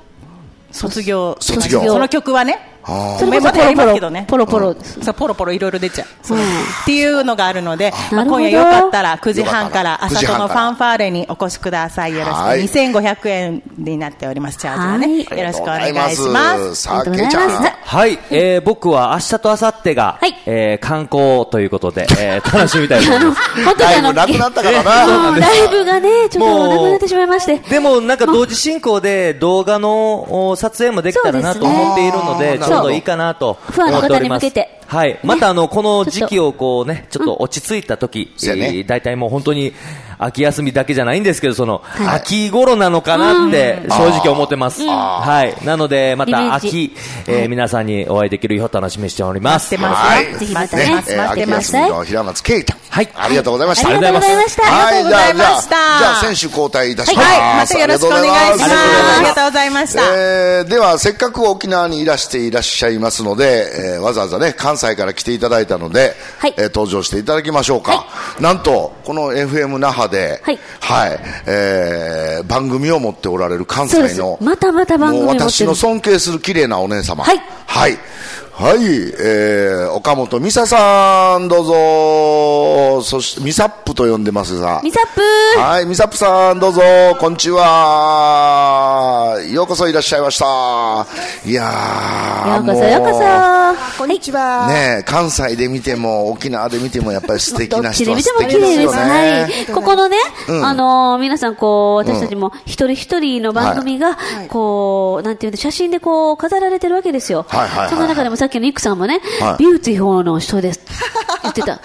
Speaker 3: う卒業
Speaker 1: 卒業
Speaker 3: その曲はね
Speaker 1: あー
Speaker 2: それ
Speaker 3: メ
Speaker 2: こ
Speaker 3: モ
Speaker 2: そ
Speaker 3: で
Speaker 2: ポ
Speaker 3: やり
Speaker 2: ロ
Speaker 3: ます
Speaker 2: ポ
Speaker 3: けど
Speaker 2: ロ、
Speaker 3: ね
Speaker 2: ポロポロです。
Speaker 3: そうポロポロいろいろ出ちゃう、そう
Speaker 2: うん
Speaker 3: っていうのがあるので、ま
Speaker 2: な
Speaker 3: あ、
Speaker 2: るほど
Speaker 3: 今夜よかったら9時半か
Speaker 1: よ
Speaker 3: ら
Speaker 1: かった
Speaker 3: 朝
Speaker 1: ら
Speaker 3: とのファンファーレにお越しくださいよろしく
Speaker 1: はい
Speaker 3: 2500円になっておりますチャージがね
Speaker 2: は
Speaker 3: よろしくお願いします
Speaker 1: さあ、
Speaker 2: ありがとう
Speaker 1: ケ
Speaker 2: ござ
Speaker 1: イ
Speaker 2: い
Speaker 1: ちゃん。
Speaker 2: ます
Speaker 4: はい、えー、僕は明日と明後日が、
Speaker 2: はい
Speaker 4: えー、観光ということで、えー、楽しみたいと思います。
Speaker 2: 本当に
Speaker 1: ライ
Speaker 2: あの、
Speaker 1: ブなくなったから
Speaker 2: も
Speaker 1: な。
Speaker 2: うライブがね、ちょっとなくなってしまいまして。
Speaker 4: でもなんか同時進行で動画のお撮影もできたらな
Speaker 2: そう
Speaker 4: と
Speaker 2: ですね
Speaker 4: 思っているので、
Speaker 1: あー
Speaker 4: ちょうどいいかなと
Speaker 2: そう
Speaker 4: 思
Speaker 2: ファ
Speaker 4: っております。
Speaker 2: ンの方に向けて
Speaker 4: はい。またあの、この時
Speaker 2: ち
Speaker 4: 期をこうね、ちょっと落ち着いた時、
Speaker 1: そうやね
Speaker 4: えー大体もう本当に秋休みだけじゃないんですけど、その、
Speaker 2: はい
Speaker 4: 秋頃なのかなって正直思ってます。はい。なので、ま
Speaker 2: イメ
Speaker 4: た
Speaker 2: ージ
Speaker 4: 秋、えー皆さんにお会いできる日を楽しみにしておりま
Speaker 3: 待っ
Speaker 4: す
Speaker 3: て。ますよ、
Speaker 1: はい
Speaker 2: ぜひまたね
Speaker 1: ね、
Speaker 2: 待
Speaker 1: えー
Speaker 2: って
Speaker 1: 秋
Speaker 2: ます
Speaker 1: 休みの平松ケイちゃん。
Speaker 4: はい
Speaker 1: ありがとうございました。
Speaker 2: ありがとうございました。
Speaker 1: は
Speaker 3: あ
Speaker 1: い、
Speaker 3: り
Speaker 1: じゃ
Speaker 3: が
Speaker 1: あ、じ
Speaker 3: とう
Speaker 1: ゃあ
Speaker 3: ございました、
Speaker 1: じゃあ、選手交代いたします。
Speaker 3: はい、またよろしくお願いします。
Speaker 1: ありがとうござい
Speaker 3: あ
Speaker 1: ま
Speaker 3: り
Speaker 1: す
Speaker 3: がとうございました。
Speaker 1: えーでは、せっかく沖縄にいらしていらっしゃいますので、えーわざわざね、関西から来ていただいたので、
Speaker 2: はい
Speaker 1: えー登場していただきましょうか。
Speaker 2: は
Speaker 1: なんと、この FM 那覇で、
Speaker 2: はい
Speaker 1: はいえー番組を持っておられる関
Speaker 2: そうで
Speaker 1: 西
Speaker 2: す
Speaker 1: の、。
Speaker 2: またまた番組
Speaker 1: もう
Speaker 2: を持って
Speaker 1: 私
Speaker 2: る
Speaker 1: の尊敬する綺麗なお姉様。
Speaker 2: はい
Speaker 1: はい。はい、えー、岡本美沙さん、どうぞ。そして、ミサップと呼んでますが。
Speaker 2: ミサップ
Speaker 1: はい、ミサップさん、どうぞ、こんにちは。ようこそいらっしゃいました。いやー、
Speaker 2: ようこ
Speaker 1: も
Speaker 2: そようこそ。
Speaker 5: こんにちは。
Speaker 1: ねえ、関西で見ても、沖縄で見ても、やっぱり素敵
Speaker 2: ど
Speaker 1: な
Speaker 2: っち
Speaker 1: 人
Speaker 2: で
Speaker 1: は
Speaker 2: 見て
Speaker 1: 素
Speaker 2: も
Speaker 1: 敵
Speaker 2: 綺
Speaker 1: です
Speaker 2: 麗で
Speaker 1: よ
Speaker 2: す。
Speaker 1: ね。
Speaker 2: はい。ここのね、あのー、皆さん、こう、私たちも一人一人の番組が、こう、なんていうんで、写真でこう、飾られてるわけですよ。
Speaker 1: はいはいはい
Speaker 2: その中でもさっきのイクさんもね
Speaker 1: は、い
Speaker 2: ビューティフォーの人です。言ってた。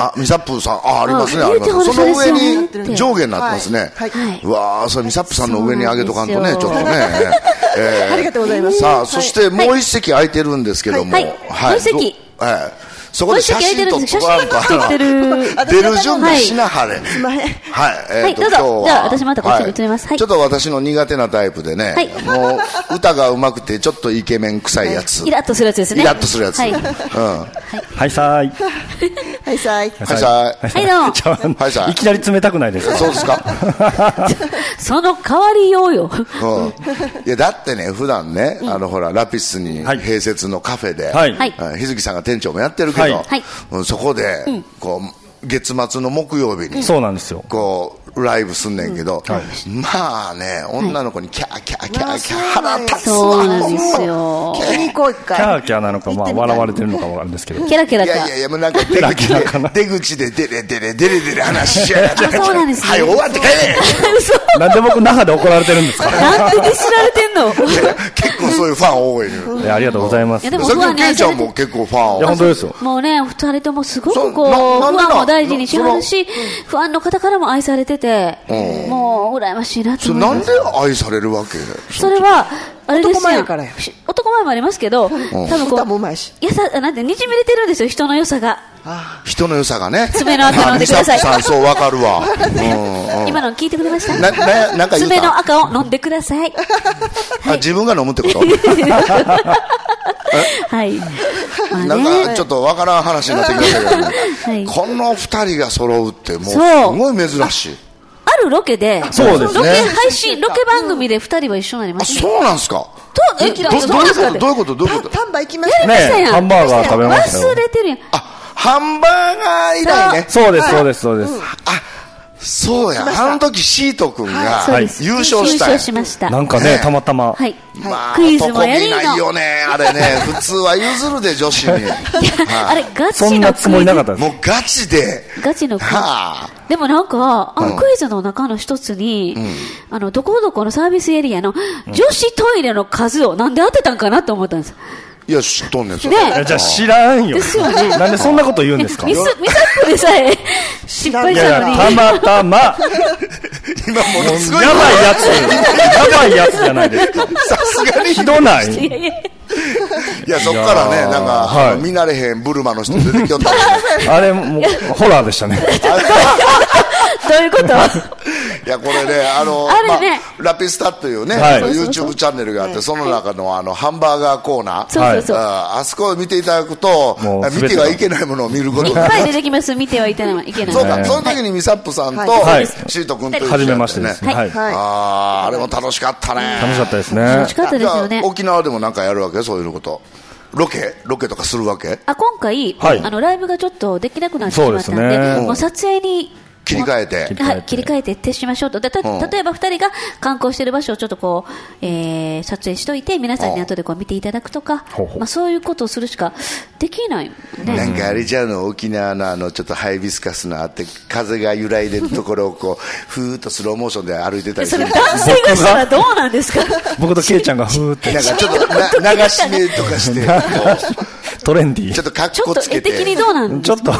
Speaker 1: あ、ミサップさん、あ、ありますね、
Speaker 2: あ
Speaker 1: あり
Speaker 2: 言う
Speaker 1: ますね。そ
Speaker 2: て
Speaker 1: の
Speaker 2: ほし
Speaker 1: 上
Speaker 2: いですよ
Speaker 1: に上下になってますね。
Speaker 5: はいは
Speaker 2: いう
Speaker 1: わー、それミサップさんの上に上げとかんとね、ちょっ
Speaker 2: そ
Speaker 1: と
Speaker 2: うなん。
Speaker 1: ねえー
Speaker 5: ありがとうございます。
Speaker 1: さあ、そしてもう一席空いてるんですけども。
Speaker 2: はいはいもう一席
Speaker 1: どええそこで写真撮っ
Speaker 2: もう
Speaker 1: とかんと
Speaker 2: 一回やりたいです写真撮ってる
Speaker 1: あの出る準備しなはれ。
Speaker 5: すいません。
Speaker 1: はい、えーと
Speaker 2: はいどうぞ
Speaker 1: 今日は
Speaker 2: じゃあ私も後からこっちに移りますはい
Speaker 1: ちょっと私の苦手なタイプでね、
Speaker 2: はい
Speaker 1: もう歌が上手くてちょっとイケメン臭いやつ、
Speaker 2: イラッとするやつですね。
Speaker 1: イラッとするやつ、
Speaker 2: はい。
Speaker 1: うん、
Speaker 2: はい、
Speaker 6: はいさーい。
Speaker 5: はい、さい。
Speaker 1: はいさーい
Speaker 2: どう も。
Speaker 6: ちゃう
Speaker 1: はいさーい
Speaker 6: いきなり冷たくないですか
Speaker 1: そうですか、
Speaker 2: その代わりようよ。
Speaker 1: うん、いやだってね普段ね、あのほらラピスに
Speaker 6: はい
Speaker 1: 併設のカフェで、
Speaker 6: はい
Speaker 2: はい
Speaker 1: あ日月さんが店長もやってるけど、
Speaker 6: はい
Speaker 2: はい
Speaker 1: うんそこで、こう月末の木曜日に、
Speaker 6: そうなんですよ。
Speaker 1: こうライブすんねんけど、
Speaker 6: はい
Speaker 1: まあね女の子にキャーキャーキャーキャー
Speaker 5: まあ
Speaker 1: 腹立つわ
Speaker 2: そうなんですよ。
Speaker 5: 聞きに行こう一回。
Speaker 6: キャーキャーなのか、まあ、笑われてるのかわかるんですけど。
Speaker 2: キャラキャラ
Speaker 1: い
Speaker 2: か。
Speaker 1: やいやいや、もうなんか出
Speaker 6: ラ
Speaker 1: 口
Speaker 6: キラか
Speaker 1: で
Speaker 6: な、
Speaker 1: 出口でデレデレデレデレ話しちゃう。
Speaker 2: あ そうなんですね
Speaker 1: はい、終わって帰
Speaker 2: 嘘
Speaker 6: なんで僕、那覇で怒られてるんで すか
Speaker 2: なんでディスられてんのい
Speaker 1: れ結構そういうファン多いのよ。
Speaker 6: いやありがとうございます。
Speaker 2: や
Speaker 6: い
Speaker 2: でも
Speaker 1: さっき
Speaker 2: 不安
Speaker 1: の
Speaker 2: に
Speaker 1: ケイちゃんも
Speaker 2: も
Speaker 1: 結構ファン
Speaker 6: や、
Speaker 1: 多い
Speaker 6: 本当ですよ。
Speaker 2: もうね、お二人ともすご
Speaker 1: そ
Speaker 2: く
Speaker 1: う
Speaker 2: こう、
Speaker 1: なな
Speaker 2: 不
Speaker 1: んでな
Speaker 2: 安を大事にしはるし
Speaker 1: そ、
Speaker 2: 不安の方からも愛されてて、もう羨ましいなと
Speaker 1: それ
Speaker 2: 思い
Speaker 1: な
Speaker 2: ま
Speaker 1: ん
Speaker 2: す
Speaker 1: で。愛されるわけ
Speaker 2: それは、あれですよ。
Speaker 5: 男前やからや
Speaker 2: し男前もありますけど、多分こ
Speaker 5: 歌もう
Speaker 2: う、
Speaker 5: まいし。
Speaker 2: やさ、なんて、にじみ出てるんですよ、人の良さが。
Speaker 1: 人の良さがね。
Speaker 2: 爪の赤飲んでください
Speaker 1: あミサップさん、そうわかるわ。うんうん
Speaker 2: 今の聞いてくれました
Speaker 1: なななんか言うた
Speaker 2: 爪の赤を飲んでください。
Speaker 1: あ自分が飲むってこと
Speaker 2: はい。まあ
Speaker 1: なんか
Speaker 2: ね
Speaker 1: ちょっとわからん話になってきましたけどね
Speaker 2: はい
Speaker 1: この二人が揃うってもうす
Speaker 2: そう
Speaker 1: ごい珍しい。
Speaker 2: あるロケで、
Speaker 6: そうです
Speaker 2: ロ
Speaker 6: ね
Speaker 2: ケ配信、ロケ番組で二人は一緒になりま
Speaker 1: あ、
Speaker 2: したね。
Speaker 1: そうなんすか
Speaker 2: と、え、
Speaker 1: どどういう
Speaker 2: そうですかって
Speaker 1: ことどういうことどういうこと
Speaker 5: 丹波行きました
Speaker 6: ねえハンバーガー食べましたよ
Speaker 2: 忘れてるやん。
Speaker 1: あ、ハンバーガー以来ね。
Speaker 6: そうです、そうです、そうです。
Speaker 1: あ、そうや。あの時、シート君が
Speaker 2: そうです
Speaker 1: 優勝したん
Speaker 2: 優
Speaker 1: や
Speaker 2: 勝。しました。
Speaker 6: なんか
Speaker 1: ね
Speaker 6: ね、たまたま。
Speaker 2: はい。
Speaker 1: まあ、
Speaker 2: クイズもや
Speaker 1: 男気
Speaker 2: り
Speaker 1: ない
Speaker 2: の。
Speaker 1: よね、あれね。普通は譲るで、女子に。
Speaker 2: あれ、ガ
Speaker 6: そ
Speaker 2: チ
Speaker 6: んな
Speaker 2: の
Speaker 6: つ
Speaker 2: ク
Speaker 6: もり
Speaker 2: イ
Speaker 6: なかった
Speaker 2: ズ。
Speaker 6: です。
Speaker 1: もうガチで。
Speaker 2: ガチのクイズ。
Speaker 1: はあ。
Speaker 2: でもなんか、あのクイズの中の一つに、あの、どこどこのサービスエリアの女子トイレの数をなんで当てたんかなと思ったんです。
Speaker 1: いや、知っとんねん、そ
Speaker 2: ね
Speaker 1: れ。
Speaker 6: いやじゃあ知らんよ。
Speaker 2: ですよね
Speaker 6: なんでそんなこと言うんです か
Speaker 2: ミ
Speaker 6: い
Speaker 2: ス、ミサップでさえ失敗し
Speaker 6: やい
Speaker 2: た
Speaker 6: や、
Speaker 2: のに。
Speaker 6: たまたま、や
Speaker 1: 今ものすごい。
Speaker 6: ばいやつ、やばいやつじゃないですか。
Speaker 1: さすがに。
Speaker 6: ひどない
Speaker 2: いやいや
Speaker 1: いや、そっからね、なんか、
Speaker 6: はい
Speaker 1: あの見慣れへんブルマの人出てきよったもんね。
Speaker 6: あれ、もう、ホラーでしたね。
Speaker 2: どういうこと
Speaker 1: いや、これね、あの、
Speaker 2: あれね
Speaker 1: まあ、ラピスタというね、
Speaker 6: はい
Speaker 1: あの YouTube チャンネルがあって、その中のあの、ハンバーガーコーナー。
Speaker 2: そうそうそう。
Speaker 1: ああそこを見ていただくと
Speaker 6: もう、全て
Speaker 1: 見てはいけないものを見るこ
Speaker 2: い
Speaker 1: と
Speaker 2: っ
Speaker 1: にな
Speaker 2: ぱい
Speaker 1: る。
Speaker 2: 出てきます。見てはいけない。いけない。
Speaker 1: そうか、その時にミサップさんと、
Speaker 6: はい
Speaker 1: シート君と一緒に
Speaker 6: 初めましてですね。
Speaker 2: は
Speaker 6: はいい。
Speaker 5: は
Speaker 6: 楽
Speaker 5: い
Speaker 1: ああ、あれも楽しかったね。
Speaker 6: しかったです
Speaker 2: 楽
Speaker 6: ね
Speaker 2: し。かったですよ
Speaker 1: じゃ
Speaker 2: ね
Speaker 1: あ。沖縄でもなんかやるわけそういうこと。ロケロケとかするわけ
Speaker 2: あ今回、
Speaker 6: はい
Speaker 2: あのライブがちょっとできなくなってしまったん
Speaker 6: そう
Speaker 2: で、
Speaker 6: ですね
Speaker 2: もう撮影に。
Speaker 1: 切り替えて
Speaker 2: はい、切り替えて徹しましょうと。でた
Speaker 1: うん
Speaker 2: 例えば二人が観光している場所をちょっとこう、えー撮影しといて、皆さんに後でこう見ていただくとか
Speaker 6: ほう、ほう
Speaker 2: まあそういうことをするしかできないね。
Speaker 1: なんかあれじゃあの沖縄のあのちょっとハイビスカスのあって風が揺らいでるところをこう ふーっとスローモーションで歩いてたり
Speaker 2: そ
Speaker 1: す
Speaker 2: れ
Speaker 1: る
Speaker 2: 男性がしたらどうなんですか
Speaker 6: 僕とケイちゃんがふーって、
Speaker 1: なんかちょっとな流し目とかしてこ
Speaker 6: トレンディ
Speaker 1: うちょっ
Speaker 6: ー。
Speaker 1: とかっ
Speaker 2: ちょ
Speaker 1: こ
Speaker 2: っと
Speaker 1: つ
Speaker 2: 絵
Speaker 1: け
Speaker 2: 的に
Speaker 1: て
Speaker 2: どうなん
Speaker 6: ちょっと、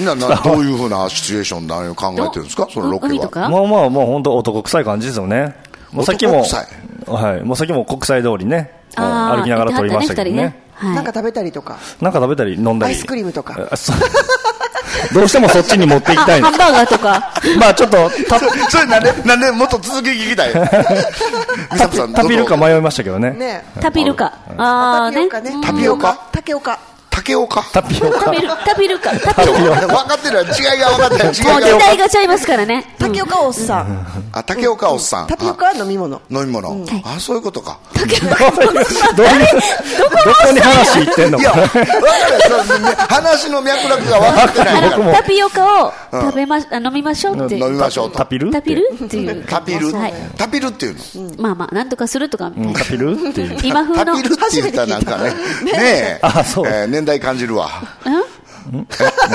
Speaker 1: ななどういうふうなシチュエーションなんを考えてるんですかそのロケ
Speaker 2: 海と
Speaker 1: は
Speaker 2: か
Speaker 6: まあまあ、もう本当男臭い感じですよね。もうさっきも、
Speaker 1: 男臭
Speaker 6: はい。もうさっきも国際通りね、
Speaker 2: あー
Speaker 6: 歩きながら撮りましたけど
Speaker 2: やって。
Speaker 6: ね
Speaker 2: はったね二
Speaker 5: な
Speaker 2: 人ね
Speaker 5: んか食べたりとか。
Speaker 6: なんか食べたり飲んだり。
Speaker 5: アイスクリームとか
Speaker 6: あ。そう どうしてもそっちに持っていきた
Speaker 2: はいい。
Speaker 6: んで
Speaker 2: ハンバーガーとか。
Speaker 6: す。まあちょっと、た、
Speaker 1: それなんでなんでもっと続き聞きたいミサプさんどうぞ
Speaker 6: タピルか迷いましたけどね。
Speaker 5: ねえ
Speaker 2: タピルカ。ああ
Speaker 5: タピオカね
Speaker 2: ね。。
Speaker 1: タピオカ
Speaker 5: 竹岡。
Speaker 1: 竹岡
Speaker 6: タピオ
Speaker 2: タ
Speaker 6: カ
Speaker 2: ピ。ルタピルカ。タピルカ。もう
Speaker 1: 分かってるよ違いが分かってる違いが
Speaker 2: 時
Speaker 1: 分かって
Speaker 2: 代
Speaker 1: る
Speaker 2: がちゃいますからね。
Speaker 5: 竹岡はおっさん。
Speaker 1: あ竹岡おっさん
Speaker 5: タピオカは飲み物。
Speaker 1: 飲み物、
Speaker 2: はい
Speaker 1: あそういうことか
Speaker 6: どういうどこに話いってんの
Speaker 1: いや分かるそうね話の脈絡が分かってない
Speaker 2: あ
Speaker 1: か
Speaker 2: の
Speaker 6: も
Speaker 2: タピオカを食べまし、あ飲みましょうっていう
Speaker 1: ら飲みましょうと
Speaker 6: タピル
Speaker 2: タピルっていう
Speaker 1: タピル、
Speaker 2: はい、
Speaker 1: タピルっていうの
Speaker 2: まあまあなんとかするとかみたい
Speaker 6: タ
Speaker 2: な
Speaker 6: ピルっていう。
Speaker 2: 今風
Speaker 1: タ
Speaker 2: の
Speaker 1: ピルって言ったらなんかねねえ
Speaker 6: あそう
Speaker 1: えー年代感じるわ
Speaker 6: 次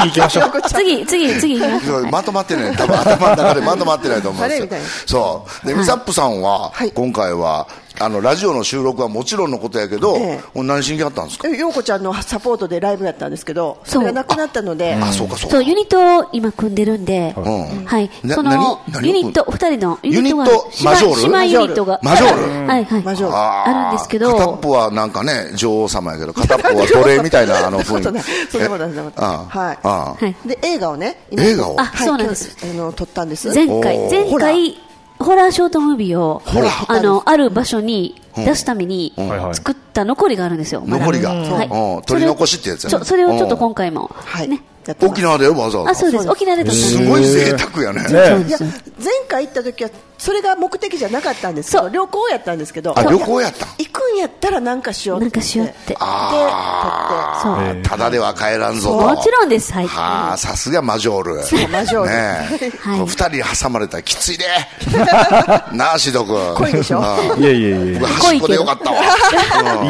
Speaker 6: 行きましょう。
Speaker 2: 次次次行きます
Speaker 1: まとまってない多分頭の中でまとまってないと思うんです
Speaker 5: あれ
Speaker 1: よ
Speaker 5: みたいな
Speaker 1: そうでミサップさんは、
Speaker 5: はい
Speaker 1: 今回はあの、ラジオの収録はもちろんのことやけど、
Speaker 5: ええ
Speaker 1: もう何しに来はったんですか
Speaker 5: ようこちゃんのサポートでライブだったんですけど、それがなくなったので、
Speaker 1: あ、そうかそう
Speaker 2: そう、
Speaker 1: か。
Speaker 2: ユニットを今組んでるんで、
Speaker 1: うん
Speaker 2: はい。
Speaker 1: な
Speaker 2: その
Speaker 1: 何、何
Speaker 2: ユニット、お二人の
Speaker 1: ユニッ
Speaker 2: が
Speaker 1: ト、マジョール
Speaker 2: 島ユニットが。
Speaker 1: マジョール
Speaker 2: はいはい。
Speaker 5: マジョール
Speaker 2: あるんですけ
Speaker 1: 片っ
Speaker 2: ど、
Speaker 1: ぽはなんかね、女王様やけど、片っぽは奴隷みたいなあの
Speaker 5: そ
Speaker 1: 雰
Speaker 5: んなこと
Speaker 1: 囲
Speaker 5: ない
Speaker 1: 気。
Speaker 5: そんなことないそんなことない
Speaker 1: え
Speaker 5: はい
Speaker 1: ああ
Speaker 2: はい
Speaker 5: で映画をね、今
Speaker 1: 映画を
Speaker 2: あそうなんです。
Speaker 5: 今日あの撮ったんです。
Speaker 2: 前回
Speaker 1: お、ー
Speaker 2: 前回、ホラーショートムービーを
Speaker 1: ホラ、ー
Speaker 2: あの、ある場所に出すために
Speaker 1: んはい
Speaker 4: は、い
Speaker 2: 作った残りがあるんですよ。まだ
Speaker 1: 残りが
Speaker 2: はい
Speaker 1: うん取り残しってやつやね
Speaker 2: それをちょそれをちょっと今回も
Speaker 5: はい。。
Speaker 2: ね。
Speaker 5: やってます
Speaker 1: 沖縄でわざわ
Speaker 2: あ、
Speaker 1: ざ。
Speaker 2: そうです。沖縄で撮ったんです
Speaker 1: すごい贅沢やね。
Speaker 4: ね
Speaker 5: いや前回行った時はそれが目的じゃなかったんですけ
Speaker 2: そ
Speaker 5: ど
Speaker 2: う
Speaker 5: 旅行やったんですけど
Speaker 1: あ旅行やったん
Speaker 5: い行くんやったらなんかしよう
Speaker 2: なんかしようって
Speaker 5: で撮
Speaker 2: そう。
Speaker 1: あただでは帰らんぞと。
Speaker 2: もちろんです。はい。
Speaker 1: はあ、さすがマジョー ル。
Speaker 5: うマジョール
Speaker 1: ねえ
Speaker 2: はい
Speaker 1: この二人挟まれたらきつ いで。なあ、シド君。
Speaker 5: 濃いでしょ
Speaker 1: ああ
Speaker 4: いやいやいや
Speaker 1: 僕、端っこでよかったわ。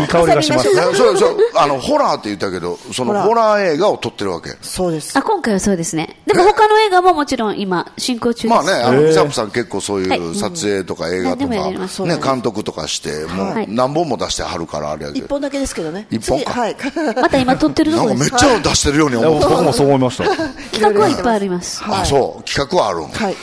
Speaker 4: いい香りがします。
Speaker 1: うんそうそう、あの、ホラーって言ったけど、そのホラー映画を撮ってるわけ。
Speaker 5: そうです
Speaker 2: あ、今回はそうですね。でも他の映画ももちろん今、進行中です。
Speaker 1: まあね、あ
Speaker 4: へ
Speaker 1: の、
Speaker 4: え
Speaker 1: ミサップさん結構そういう撮影とか映画と
Speaker 2: 何でもやります
Speaker 1: か、
Speaker 2: そうなん
Speaker 1: ね、
Speaker 2: です
Speaker 1: 監督とかして、も
Speaker 2: は
Speaker 1: う
Speaker 2: い
Speaker 1: 何本も出してはるからあれやけ
Speaker 5: 一
Speaker 1: ど。
Speaker 5: 本だけですけどね
Speaker 1: 一本か
Speaker 5: 次はい
Speaker 2: また今撮ってると
Speaker 1: な
Speaker 2: こ
Speaker 1: んか
Speaker 2: で
Speaker 1: め
Speaker 2: す。
Speaker 1: っちゃ出してるように
Speaker 4: いや
Speaker 1: 思う。
Speaker 4: 僕もそう思いました。
Speaker 2: 企画はいっぱいあります。
Speaker 5: はい
Speaker 1: あ、そう、企画はあるん。
Speaker 5: はい
Speaker 1: へ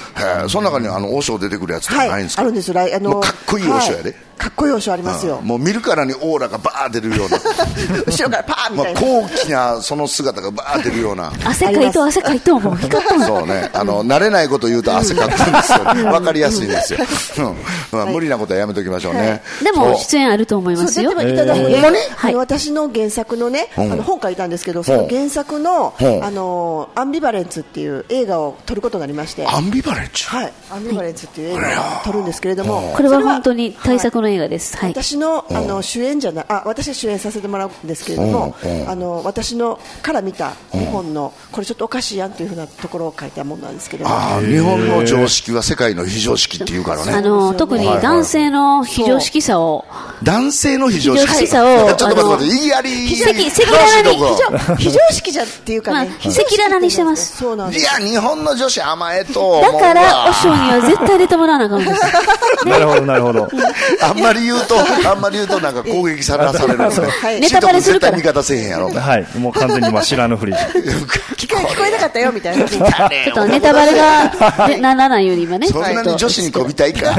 Speaker 1: えその中にあの、王将出てくるやつって
Speaker 5: はい
Speaker 1: ないんですか
Speaker 5: あるんですよ来あ
Speaker 1: もうかっこいい王将やで
Speaker 5: はいかっこいいお将ありますよ
Speaker 1: うんもう見るからにオーラがバー出るよう な。
Speaker 5: 後ろからパーンみ
Speaker 1: まあ
Speaker 5: たい、な
Speaker 1: 高貴なその姿がバーって出るような。
Speaker 2: 汗かいと汗かいともう光ったもん。
Speaker 1: そうね。あの、慣れないこと言うと汗かくんです よ。わかりやすいんですよ。うん。まあ、無理なことはやめときましょうね。
Speaker 2: でも
Speaker 1: そう
Speaker 2: 出演あると思いま
Speaker 5: そう
Speaker 2: す
Speaker 5: 出
Speaker 2: よ
Speaker 5: て。はいただいて
Speaker 1: ほんまに
Speaker 5: あ
Speaker 2: はい
Speaker 5: の私の原作のね、
Speaker 1: うん
Speaker 5: あの本書いたんですけど、その原作の、
Speaker 1: うん
Speaker 5: あのアンビバレンツっていう映画を撮ることになりまして、
Speaker 1: アンビバレンチ
Speaker 5: はい、アンビバレンスっていう映画を撮るんですけれども、
Speaker 2: これは本当に大作の映画です。はい。
Speaker 5: 私のあの主演じゃないあ私が主演させてもらうんですけれども、
Speaker 1: うんうん
Speaker 5: あの私のから見た日本の、これちょっとおかしいやんというふうなところを書いたものなんですけれども、
Speaker 1: ああ、日本の常識は世界の非常識っていうから
Speaker 2: あ
Speaker 1: ね。
Speaker 2: の、特に男性の非常識さを、
Speaker 1: 男性の非常識。
Speaker 2: 非常識さを
Speaker 1: ちょっと待って待って、言いやり。
Speaker 2: 赤裸々に
Speaker 1: どうしよう
Speaker 5: 非常識じゃっていうかね、
Speaker 2: まあ
Speaker 5: 非常識
Speaker 2: 赤裸々にしてます
Speaker 5: そうなんで
Speaker 1: い
Speaker 5: す
Speaker 1: や、日本の女子甘えと。
Speaker 2: だから、お師匠には絶対出てもらわなあかん です。
Speaker 4: なるほど、なるほど。
Speaker 1: あんまり言うと、あんまり言うとなんか攻撃さらされるんですね。
Speaker 5: はい
Speaker 2: ネタバレするから
Speaker 1: シート君絶対味方せえへんやろ。
Speaker 4: はい。もう完全に今知らぬふり。
Speaker 5: 聞こえ聞こえなかったよみたいな。
Speaker 2: ちょっとネタバレがねならないように今ね。
Speaker 1: そんなに女子に媚びたいか。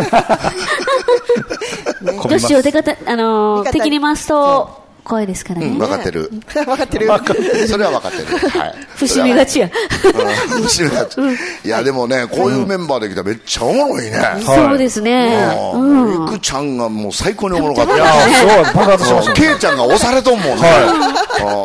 Speaker 4: こび
Speaker 2: 女
Speaker 4: ます
Speaker 2: 子を出方、あのー、
Speaker 5: 味方
Speaker 2: 敵に回すと、怖いですから
Speaker 1: うん
Speaker 2: ね。
Speaker 1: 分かっ てる。
Speaker 5: 分かってる。
Speaker 1: それは分かってる。はい。
Speaker 2: 伏見がちや。
Speaker 1: うん。伏見がち。いや、でもね、こういうメンバーできたらめっちゃおもろいね。
Speaker 2: そうですね。
Speaker 1: うん。りくちゃんがもう最高におもろかっ
Speaker 4: い
Speaker 1: た。
Speaker 4: や、すごい、爆発しましたね。
Speaker 1: ケイちゃんが押されとんもんね。うん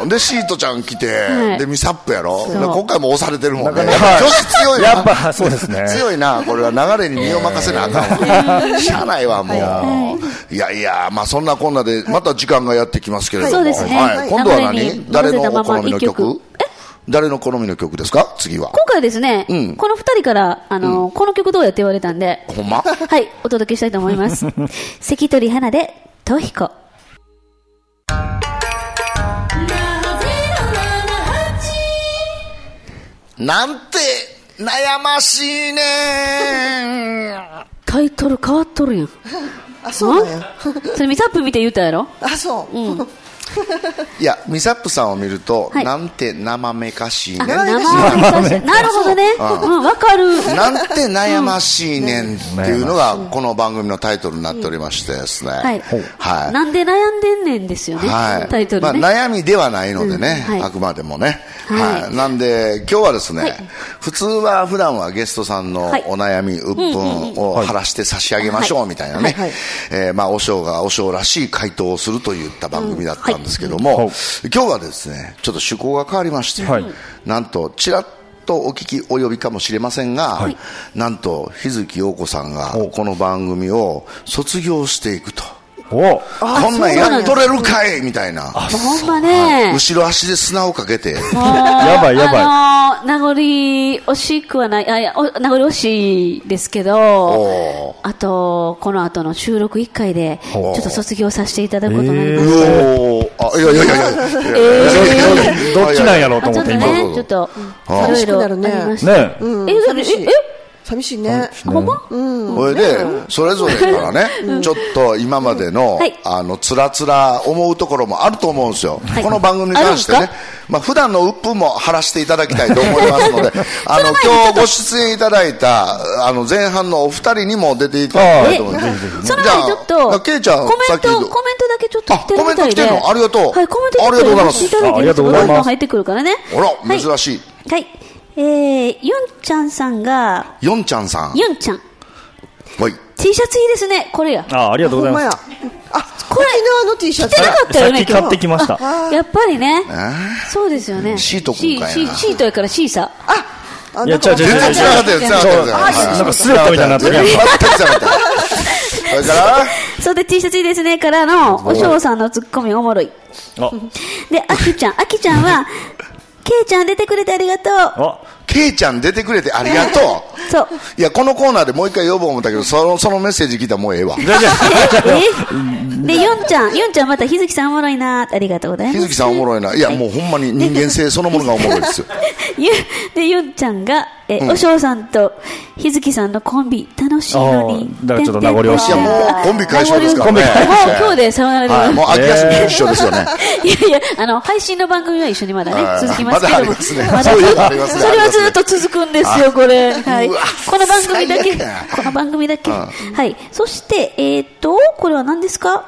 Speaker 1: で、シートちゃん来て
Speaker 2: い、
Speaker 1: で、ミサップやろ。
Speaker 2: う
Speaker 1: だから今回も押されてるもんね。
Speaker 4: な
Speaker 1: 女
Speaker 4: かなか
Speaker 1: 子強いな
Speaker 4: やっぱ、そうですね。
Speaker 1: 強いな、これは流れに身を任せなあかんわ。しゃあないわ、もう。いやいや、まあそんなこんなで、また時間がやってきますけれども。
Speaker 2: そうですね
Speaker 1: はい今度は
Speaker 2: 流れに
Speaker 1: 何誰の
Speaker 2: 任せたま
Speaker 1: お
Speaker 2: ま
Speaker 1: 好みの
Speaker 2: 一
Speaker 1: 曲
Speaker 2: 曲
Speaker 1: 誰の好みの曲ですか次は。
Speaker 2: 今回ですね、
Speaker 1: うん
Speaker 2: この二人から、あのーこの曲どうやって言われたんで、
Speaker 1: ほんま
Speaker 2: はい、お届けしたいと思い ます。関取花で、トヒコ。
Speaker 1: なんて、悩ましいね
Speaker 2: タイトル変わっとるやん。
Speaker 5: あ、そうなん
Speaker 2: ん
Speaker 5: や。
Speaker 2: それミサップ見て言うたやろ
Speaker 5: あ、そう。
Speaker 1: いや、ミサップさんを見ると、
Speaker 2: はい
Speaker 1: なんて生めかしいね
Speaker 2: あ、。生々 しいなるほどね。うん、わかる。
Speaker 1: なんて悩ましいねんっていうのが、この番組のタイトルになっておりましてですね。
Speaker 2: はい。
Speaker 1: はい。
Speaker 2: なんで悩んでんねんですよね。
Speaker 1: はい、
Speaker 2: タイトルね。
Speaker 1: まあ、悩みではないのでね、
Speaker 2: うんはい
Speaker 1: あくまでもね、
Speaker 2: はい
Speaker 1: はいなんで今日はですね、
Speaker 2: はい
Speaker 1: 普通は普段はゲストさんの
Speaker 2: はい
Speaker 1: お悩み、鬱憤を晴らして差し上げましょうみたいなね、
Speaker 5: はいはい
Speaker 1: えーまあ、お尚がお尚らしい回答をするといった番組だったんですけども、
Speaker 4: はい
Speaker 1: 今日はですねちょっと趣向が変わりまして、
Speaker 4: はい
Speaker 1: なんとちらっとお聞きお呼びかもしれませんが、
Speaker 2: い
Speaker 1: なんと日月陽子さんがこの番組を卒業していくと。
Speaker 4: お
Speaker 1: こんなんやっとれるかいみたいな。
Speaker 2: ほんま ね。
Speaker 1: 後ろ足で砂をかけて、
Speaker 4: やばい、やばい。
Speaker 2: あのー、名残惜しくはない、あ、いや、お名残惜しいですけ
Speaker 1: お
Speaker 2: ど、あと、この後の収録1回で、ちょっと卒業させていただくことになり
Speaker 1: う
Speaker 2: まし
Speaker 1: おーあ、いやいやいやいやいやいやいやいやいや、
Speaker 4: どっちなんやろ
Speaker 2: た。
Speaker 4: うと思って、
Speaker 2: あ
Speaker 4: 今。
Speaker 2: ちょっと
Speaker 1: 今
Speaker 2: ね、ちょっと、
Speaker 1: あ
Speaker 2: いろいろあ
Speaker 5: 寂しくなるね
Speaker 2: りました。
Speaker 4: ね
Speaker 5: うん
Speaker 2: え、だって
Speaker 5: 寂しい
Speaker 2: え、え
Speaker 5: 寂しいね。
Speaker 2: ほんま
Speaker 1: それで、それぞれからね、ちょっと今までの、
Speaker 2: はい
Speaker 1: あの、つらつら思うところもあると思うんですよ。
Speaker 2: はい
Speaker 1: この番組に関して
Speaker 2: あるん
Speaker 1: ね
Speaker 2: です、
Speaker 1: まあ、普段の鬱憤も晴らしていただきたいと思いますので、あの、
Speaker 2: その前にちょっ
Speaker 1: 今日
Speaker 2: と
Speaker 1: ご出演いただいた、あの、前半のお二人にも出ていただきたいと思います。
Speaker 2: その前にちょっ
Speaker 1: じゃあ
Speaker 2: と、
Speaker 1: ケイちゃ
Speaker 2: コ
Speaker 1: ん、
Speaker 2: メ
Speaker 1: さ
Speaker 2: ン
Speaker 1: っき
Speaker 2: ト、コメントだけちょっと来てるみたいで。
Speaker 1: あコメント来てるのありがとう
Speaker 2: はい、コメント
Speaker 1: ありがとうございます
Speaker 2: ちょっとお話しいただいて
Speaker 6: ありがとうございます
Speaker 2: どんどん入ってくるからね。
Speaker 1: あら、珍
Speaker 2: は
Speaker 1: しい。
Speaker 2: い。はい。えー、ユンちゃんさんが、
Speaker 1: ヨンちゃんさん。
Speaker 2: ユンちゃん。
Speaker 1: はい。
Speaker 2: T シャツいいですね。これや。
Speaker 6: あありがとうご
Speaker 5: ほ
Speaker 6: ざ
Speaker 5: ん
Speaker 6: いま
Speaker 5: ますや。あ、
Speaker 2: これ
Speaker 5: 沖縄の T シャ
Speaker 2: 着
Speaker 5: ツ
Speaker 2: て。なかったよね、
Speaker 6: さっき買ってきました
Speaker 2: やっぱりね。
Speaker 1: あ
Speaker 2: そうですよね。
Speaker 1: シートくんかいな
Speaker 2: C- C- シートやから C さ。
Speaker 5: あ
Speaker 6: いや
Speaker 5: なんか
Speaker 6: 違う違う違う
Speaker 1: 全然違かったよ、全然違かったよ。
Speaker 6: なんかスレットみたいになってるやん
Speaker 1: 全く違かったよ。それから、
Speaker 2: それで T シャツいいですねからの、おしょうさんのツッコミおもろい。
Speaker 6: あ
Speaker 2: で、あきちゃん、あきちゃんは、けいちゃん出てくれてありがとう。
Speaker 6: あ
Speaker 1: ケイちゃん出てくれてありがとう。
Speaker 2: そう。
Speaker 1: いや、このコーナーでもう一回呼ぼう思ったけど、その、そのメッセージ聞いたらもうえ えわ。
Speaker 6: じゃあじゃ
Speaker 2: えで、ヨンちゃん、ヨンちゃんまた、ひづきさんおもろいなありがとうございます。
Speaker 1: 日月さんおもろいな。いや、もうほんまに人間性そのものがおもろいですよ。
Speaker 2: ゆで、ヨンちゃんが、え、おしょうさんと、ひづきさんのコンビ、楽しいのに。
Speaker 6: あーだからちょっと名残惜しい
Speaker 1: いや、もうコンビ解消ですからね。
Speaker 2: もう今日でさよならでござ
Speaker 1: はいい、
Speaker 2: ま
Speaker 1: もう秋休み一緒ですよね。
Speaker 2: す。 いやいや、あの、配信の番組は一緒にまだ
Speaker 1: はい
Speaker 2: ね、続きますけど
Speaker 1: まだあり
Speaker 2: も
Speaker 1: ますね。
Speaker 2: まだ
Speaker 1: そういうのあ
Speaker 2: ず
Speaker 1: りますね
Speaker 2: それはずっと続くんですよ、これ。はいう
Speaker 1: わ。
Speaker 2: この番組だけ、
Speaker 1: 最悪や
Speaker 2: この番組だけ。はい。そして、えーっと、これは何ですか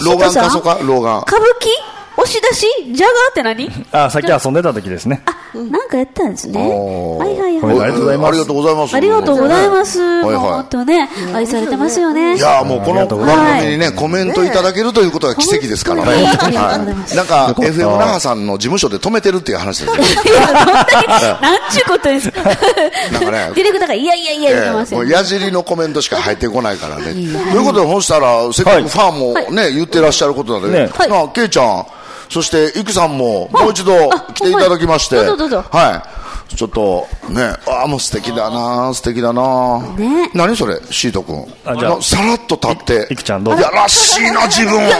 Speaker 1: 老眼
Speaker 2: 瀬戸さん
Speaker 1: かそか、老眼。
Speaker 2: 歌舞伎押し出しジャガーって何
Speaker 6: ああさっき遊んでた時ですね
Speaker 2: あ、なんかやったんですね。
Speaker 1: お
Speaker 2: は
Speaker 1: ー
Speaker 2: いはい
Speaker 6: ごめんな
Speaker 2: は
Speaker 6: さ
Speaker 2: い。
Speaker 6: いありがとうございます
Speaker 1: ありがとうございます。
Speaker 2: ありがとうございます。も
Speaker 1: はいうは
Speaker 2: 本当ね、愛されてますよね。
Speaker 1: い。いやもうこ
Speaker 6: あり
Speaker 1: の
Speaker 6: がとうご
Speaker 2: ざいます
Speaker 1: 番組にね、コメントいただけるということは奇跡ですからね。
Speaker 2: 本当にありがとうございます
Speaker 1: なんか、FM 那覇さんの事務所で止めてるっていう話 ですよ。
Speaker 2: いや、どんだけ、なんちゅうことですか。
Speaker 1: なんか ね
Speaker 2: ディレクターが、いやいやいや、言ってま
Speaker 1: え
Speaker 2: す
Speaker 1: えも
Speaker 2: よ
Speaker 1: う。矢尻のコメントしか入ってこないからね。ということで、ほんしたら、せっか
Speaker 6: は
Speaker 1: く
Speaker 6: い
Speaker 1: ファンもね、言ってらっしゃることなので、
Speaker 6: ね
Speaker 2: はい
Speaker 1: なあ、ケイちゃん、そして、イクさんも、もう一度
Speaker 2: あ
Speaker 1: 来ていただきまして、
Speaker 2: ほんまやどうぞどうぞ
Speaker 1: はい。ちょっと、ね、ああ、もう素敵だな素敵だな
Speaker 2: ね
Speaker 1: 何それ、シート君。
Speaker 6: あじゃあ
Speaker 1: なさらっと立って。
Speaker 6: いいくちゃんどうぞ
Speaker 1: やらしいな、自分。いや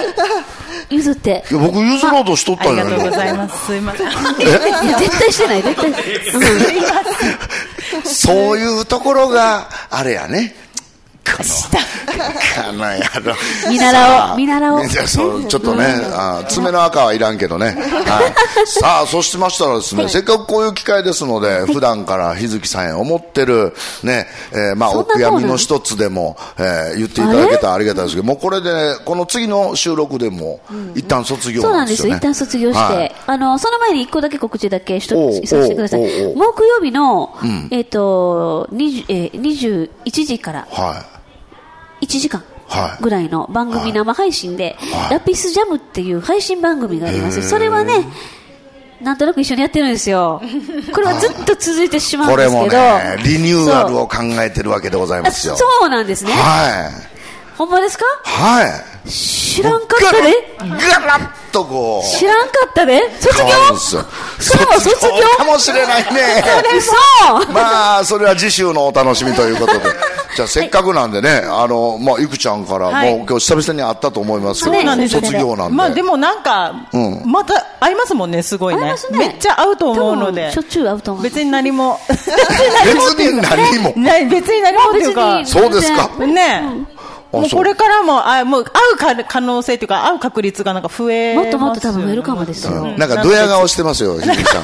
Speaker 2: 譲って。
Speaker 1: 僕譲ろうとしとった
Speaker 3: あ
Speaker 1: ん
Speaker 3: り
Speaker 1: や
Speaker 3: がとうござ
Speaker 1: ね
Speaker 3: います。すいません。
Speaker 2: いや 絶対してない、絶対。うん
Speaker 1: そういうところが、あれやね。この、この野郎。
Speaker 2: 見習
Speaker 1: さ
Speaker 2: お
Speaker 1: あ
Speaker 2: う、見習おう。
Speaker 1: いやそうちょっとね、あー爪の赤はいらんけどね、はい、さあ、そしてましたらですね、せっかくこういう機会ですので、普段から日月さんへ思ってる、ねえーまあ、
Speaker 2: そん
Speaker 1: お
Speaker 2: なコー
Speaker 1: 悔
Speaker 2: ナ
Speaker 1: や
Speaker 2: ー
Speaker 1: みの一つでも、えー言っていただけたらありがたいですけど、もうこれでね、この次の収録でも、一旦卒業
Speaker 2: そう
Speaker 1: な
Speaker 2: なんん
Speaker 1: で
Speaker 2: ですす
Speaker 1: よ、
Speaker 2: よ、
Speaker 1: ね、
Speaker 2: 一旦卒業して、
Speaker 1: はい
Speaker 2: あのその前に一個だけ告知だけし
Speaker 1: おう
Speaker 2: とさせてください、
Speaker 1: おうおうおう
Speaker 2: 木曜日の、えっと20えー21時から
Speaker 1: はい
Speaker 2: 1時間
Speaker 1: はい
Speaker 2: ぐらいの番組生配信で、
Speaker 1: はい
Speaker 2: ラピスジャムっていう配信番組があります、それはね、なんとなく一緒にやってるんですよ、これはずっと続いてしまうん
Speaker 1: こ
Speaker 2: で
Speaker 1: れ
Speaker 2: すけど、
Speaker 1: もね、リニューアル
Speaker 2: そう
Speaker 1: を考えてるわけでござい
Speaker 2: あ
Speaker 1: ますよ。
Speaker 2: そうなんですね、
Speaker 1: はい
Speaker 2: ほんまですか、
Speaker 1: はい、
Speaker 2: 知らんかったで、
Speaker 1: ガラッとこう。
Speaker 2: 知らんかったで、卒業
Speaker 1: 変わるんですよ
Speaker 2: それも卒業
Speaker 1: かもしれないね。
Speaker 2: 嘘
Speaker 1: まあ、それは次週のお楽しみという ことで。じゃあ、せっかくなんでね、あの、まあ、いくちゃんから、
Speaker 3: はい
Speaker 1: もう今日久々に会ったと思いますけど、
Speaker 2: そうなんですよ
Speaker 1: 卒業なんで。
Speaker 3: まあでもなんか、
Speaker 1: う
Speaker 3: また会いますもんね、すごい
Speaker 2: 会い
Speaker 3: ね
Speaker 2: ます。ね
Speaker 3: めっちゃ会うと思うので
Speaker 2: しょ。っちゅう会うと思う。
Speaker 3: 別に何も。
Speaker 1: 別に何も。
Speaker 3: ない別に何もっていうか。
Speaker 1: そうですか別
Speaker 3: ね
Speaker 1: うん
Speaker 3: も
Speaker 1: あ
Speaker 3: う
Speaker 1: そう
Speaker 3: これからも、あもう会うか可能性というか、会う確率がなんか増えます
Speaker 2: もっともっと多分ウェルカムですよ。
Speaker 1: なんか、ドヤ顔してます よ、ひびさん。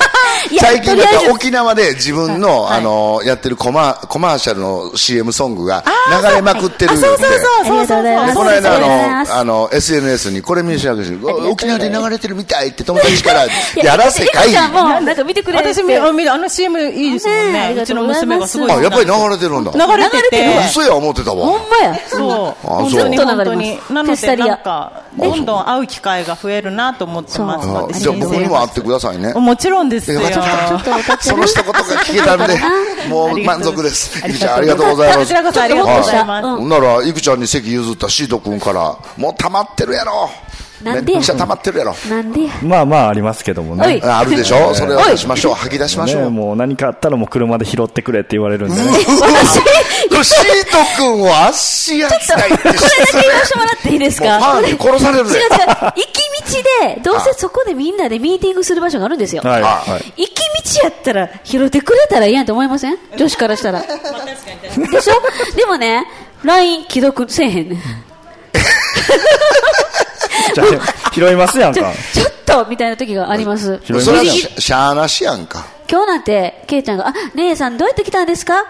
Speaker 2: いや
Speaker 1: 最近、
Speaker 2: とり
Speaker 1: だか
Speaker 2: あえ
Speaker 1: ら
Speaker 2: ず
Speaker 1: 沖縄で自分の、
Speaker 3: はい
Speaker 1: あの、やってるコマ、コマーシャルの CM ソングが流れまくってる
Speaker 3: あ、
Speaker 1: んで。
Speaker 3: そうそうそう、そうそうそう。
Speaker 2: ありがと
Speaker 1: こ
Speaker 2: うご
Speaker 1: の
Speaker 2: ざいますあ
Speaker 1: 間、
Speaker 2: りがとうございま
Speaker 1: あ
Speaker 2: す
Speaker 1: の、あの、SNS にこれ見せなくて、沖縄で流れてるみたいって友達から、
Speaker 2: い
Speaker 1: やらせかい
Speaker 2: ゆきち。ゃんも、なんか見てくれるって
Speaker 3: 私見る、あ見るあの CM いいですもん
Speaker 2: ねえ
Speaker 3: ね。うちの娘がすごい。
Speaker 1: あ、やっぱり流れてるんだ。
Speaker 3: 流れて
Speaker 2: 流れてるわ
Speaker 3: て。
Speaker 1: 嘘や思ってた
Speaker 2: ほ
Speaker 1: わ。
Speaker 2: んまや。
Speaker 3: そう。
Speaker 1: あ
Speaker 3: 本
Speaker 1: そう
Speaker 3: 当に本当
Speaker 2: ずっと
Speaker 3: に
Speaker 2: 流れてま。す
Speaker 3: な
Speaker 2: テ
Speaker 3: の
Speaker 2: スタ
Speaker 3: で、
Speaker 2: リア
Speaker 3: なんか、どんどん会う機会が増えるなと思ってます
Speaker 2: そう
Speaker 3: の
Speaker 1: あ
Speaker 3: で。
Speaker 1: じゃあ僕にも会ってくださいね。
Speaker 3: もちろんですよ
Speaker 1: よ。か
Speaker 2: ちょっと
Speaker 1: その一言が聞けたんで、 もう満足です。いくちゃん、ありがとうございま
Speaker 3: こ
Speaker 1: す
Speaker 3: ち。らこそありがとうございます。
Speaker 1: ほんなら、いくちゃんに席譲ったシート君から、もう溜まってるやろ。
Speaker 2: なんでや
Speaker 1: めっちゃ溜まってるやろ。
Speaker 2: なんでや。
Speaker 6: あまあまあありますけども
Speaker 2: おい
Speaker 6: ね
Speaker 1: ああるでしょそれを出しましょう。吐き出しましょ
Speaker 6: ね
Speaker 1: う。
Speaker 6: もう何かあったらもう車で拾ってくれって言われるんでね
Speaker 1: これシート君を足やきたいって
Speaker 2: これだけ言わしてもらっていいですか
Speaker 1: もうファンに殺される
Speaker 2: 違う
Speaker 1: ぜ
Speaker 2: 違う。行き道で、どうせそこでみんなでミーティングする場所があるんですよ。
Speaker 6: はい
Speaker 1: あ
Speaker 6: はい
Speaker 2: 行き道やったら拾ってくれたらいいやんと思いません女子からしたら。でしょでもね LINE 既読せえへんねん
Speaker 6: じゃあ拾いますやん
Speaker 2: ちょ
Speaker 6: か。
Speaker 2: ちょっとみたいな時があります
Speaker 6: 拾いま
Speaker 1: そ
Speaker 6: す
Speaker 1: れ
Speaker 6: や
Speaker 1: は
Speaker 6: ん
Speaker 1: しゃしゃあなしやんか。
Speaker 2: 今日なんて、ケイちゃんが、あ、姉さんどうやって来たんですか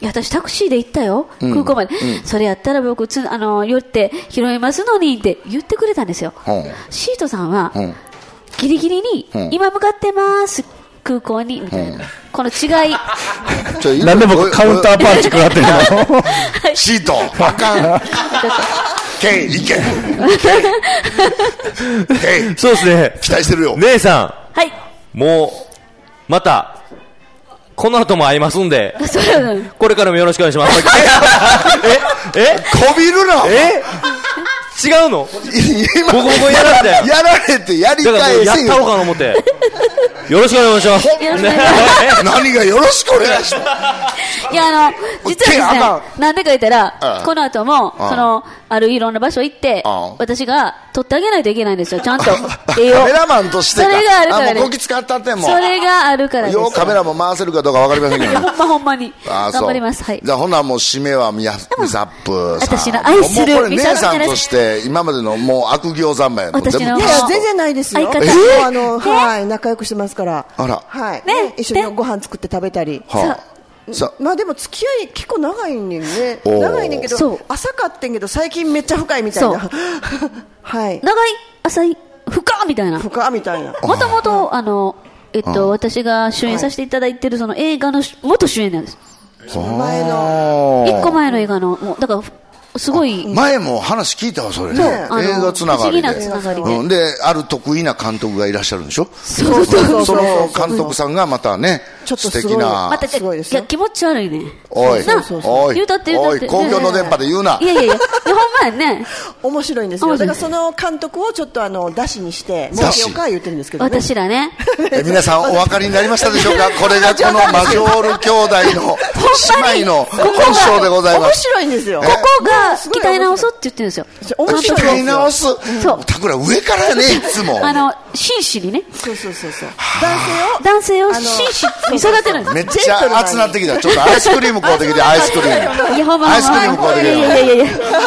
Speaker 2: いや、私タクシーで行ったよ。空港まで。それやったら僕、つ、あの、寄って拾いますのにって言ってくれたんですよ。
Speaker 1: うん
Speaker 2: シートさんは、
Speaker 1: うん
Speaker 2: ギリギリに、
Speaker 1: うん
Speaker 2: 今向かってます。空港に、みたいな。この違い。
Speaker 1: ちょいろいろ
Speaker 6: なんで僕カウンターパンチ食らってるの
Speaker 1: シート、あかん。けい、いけ。けい、
Speaker 4: そうですね。
Speaker 1: 期待してるよ。
Speaker 4: 姉さ
Speaker 2: はい。
Speaker 4: ん、もう、また、この後も会います んで、
Speaker 2: それはうん
Speaker 4: これからもよろしくお願いします。ええ
Speaker 1: こびるな。
Speaker 4: え違うの
Speaker 1: 今
Speaker 4: ボコボコにやられたよ
Speaker 1: やられてやり
Speaker 4: だからも
Speaker 1: 返
Speaker 4: うやっ
Speaker 1: せ
Speaker 4: たろうかな思って。よろしくお願いします。
Speaker 2: よろしくお願いし
Speaker 1: 何がよろしくお願いします。
Speaker 2: いや、あの、実
Speaker 1: 手あ
Speaker 2: は
Speaker 1: か
Speaker 2: ですね、なんでか言った
Speaker 1: う
Speaker 2: ら
Speaker 1: ん、
Speaker 2: この後も、
Speaker 1: うん
Speaker 2: その、あるいろんな場所行って
Speaker 1: うん、。
Speaker 2: 私が取ってあげないといけないんですよ、ちゃんと
Speaker 1: カ
Speaker 2: 栄
Speaker 1: メ
Speaker 2: 養
Speaker 1: ラマンとして
Speaker 2: そ
Speaker 1: か。
Speaker 2: れがあるから
Speaker 1: あ、もうこ
Speaker 2: で
Speaker 1: き
Speaker 2: す。
Speaker 1: 使ったってもう。
Speaker 2: それがあるからです。
Speaker 1: ようカメラも回せるかどうかわかりませんけ
Speaker 2: い
Speaker 1: ど
Speaker 2: や、。ほんまほんまに。
Speaker 1: あ
Speaker 2: 頑張ります。はい
Speaker 1: じ。ゃあ、ほなもう締めはミヤミサップさん。
Speaker 2: 私の愛する
Speaker 1: もうこれ
Speaker 2: ミ
Speaker 1: 姉
Speaker 2: サップ
Speaker 1: さ
Speaker 2: さん
Speaker 1: んとして、今までのもう悪行三昧やもん
Speaker 2: 私の
Speaker 1: 全部
Speaker 5: いやいや、全然ないですよ。
Speaker 2: 相方
Speaker 5: もうあ
Speaker 2: え
Speaker 5: の、
Speaker 2: ー
Speaker 5: はい、仲良くしてますから。
Speaker 1: あら
Speaker 5: はい。
Speaker 2: ね
Speaker 5: ね一緒にご飯作って食べたり。
Speaker 1: はあ、さ
Speaker 5: まあでも付き合い結構長いねんね。
Speaker 1: おー
Speaker 5: 長いねんけ
Speaker 2: そう
Speaker 5: ど、浅かってんけど、最近めっちゃ深いみたいな
Speaker 2: そう。
Speaker 5: はい。
Speaker 2: 長い、浅い、深みたいな。
Speaker 5: 深みたいな。
Speaker 2: もともと、あの、えっと、私が主演させていただいてるその映画のし元主演なんです。
Speaker 5: 前の。
Speaker 2: 一個
Speaker 1: の。
Speaker 2: 前の映画の、もう、だから、すごい、
Speaker 1: 前も話聞いたわ、それね。
Speaker 2: そう
Speaker 1: 映
Speaker 2: あの
Speaker 1: 画つながり
Speaker 2: 不思議な
Speaker 1: で。
Speaker 2: つながりで
Speaker 1: うんで、ある得意な監督がいらっしゃるんでしょ
Speaker 2: そうそう
Speaker 5: そう
Speaker 1: その監督さんがまたね、
Speaker 5: ちょっと
Speaker 1: 素
Speaker 5: すごい
Speaker 1: 敵な。
Speaker 2: またじゃ
Speaker 5: すごいですよ
Speaker 2: いや気持ち悪いね。
Speaker 1: おい
Speaker 2: な
Speaker 1: そうそうそう
Speaker 2: 言うたって言うたって。
Speaker 1: おい公共の電波で言うない
Speaker 2: やいやいや、いやほんまやね。
Speaker 5: 面白いんですよ。
Speaker 2: 面
Speaker 5: だか
Speaker 2: 白い
Speaker 5: らその監督をちょっとあの、出しにして、
Speaker 1: 出
Speaker 5: 儲
Speaker 1: し
Speaker 5: けようか言ってるんですけどね。
Speaker 2: 私らね。
Speaker 1: え皆さんお分かりになりましたでしょうかこれがこのマジョール兄弟の姉妹の本性でございま
Speaker 5: 面
Speaker 1: す。
Speaker 5: 白いんですよ。
Speaker 1: え
Speaker 2: ここが
Speaker 5: すごい
Speaker 2: 鍛え直そうって言ってるんですよ。
Speaker 5: 面白い
Speaker 1: 使い直す
Speaker 2: そう。
Speaker 1: タクラ上からやね、いつも。
Speaker 2: あの、紳士にね、
Speaker 5: そうそうそうそう。男性を
Speaker 2: 男性を紳士に育てるんです
Speaker 1: めっちゃ熱なってきた。ちょっとアイスクリーム買うてきて、アイスクリ ーム。
Speaker 2: いや、ほんま
Speaker 1: ア
Speaker 2: ほ
Speaker 1: イ
Speaker 2: ん
Speaker 1: スク
Speaker 2: ま。
Speaker 1: リーム買うて
Speaker 2: い
Speaker 1: き
Speaker 2: や
Speaker 1: て
Speaker 2: い。やいやいや。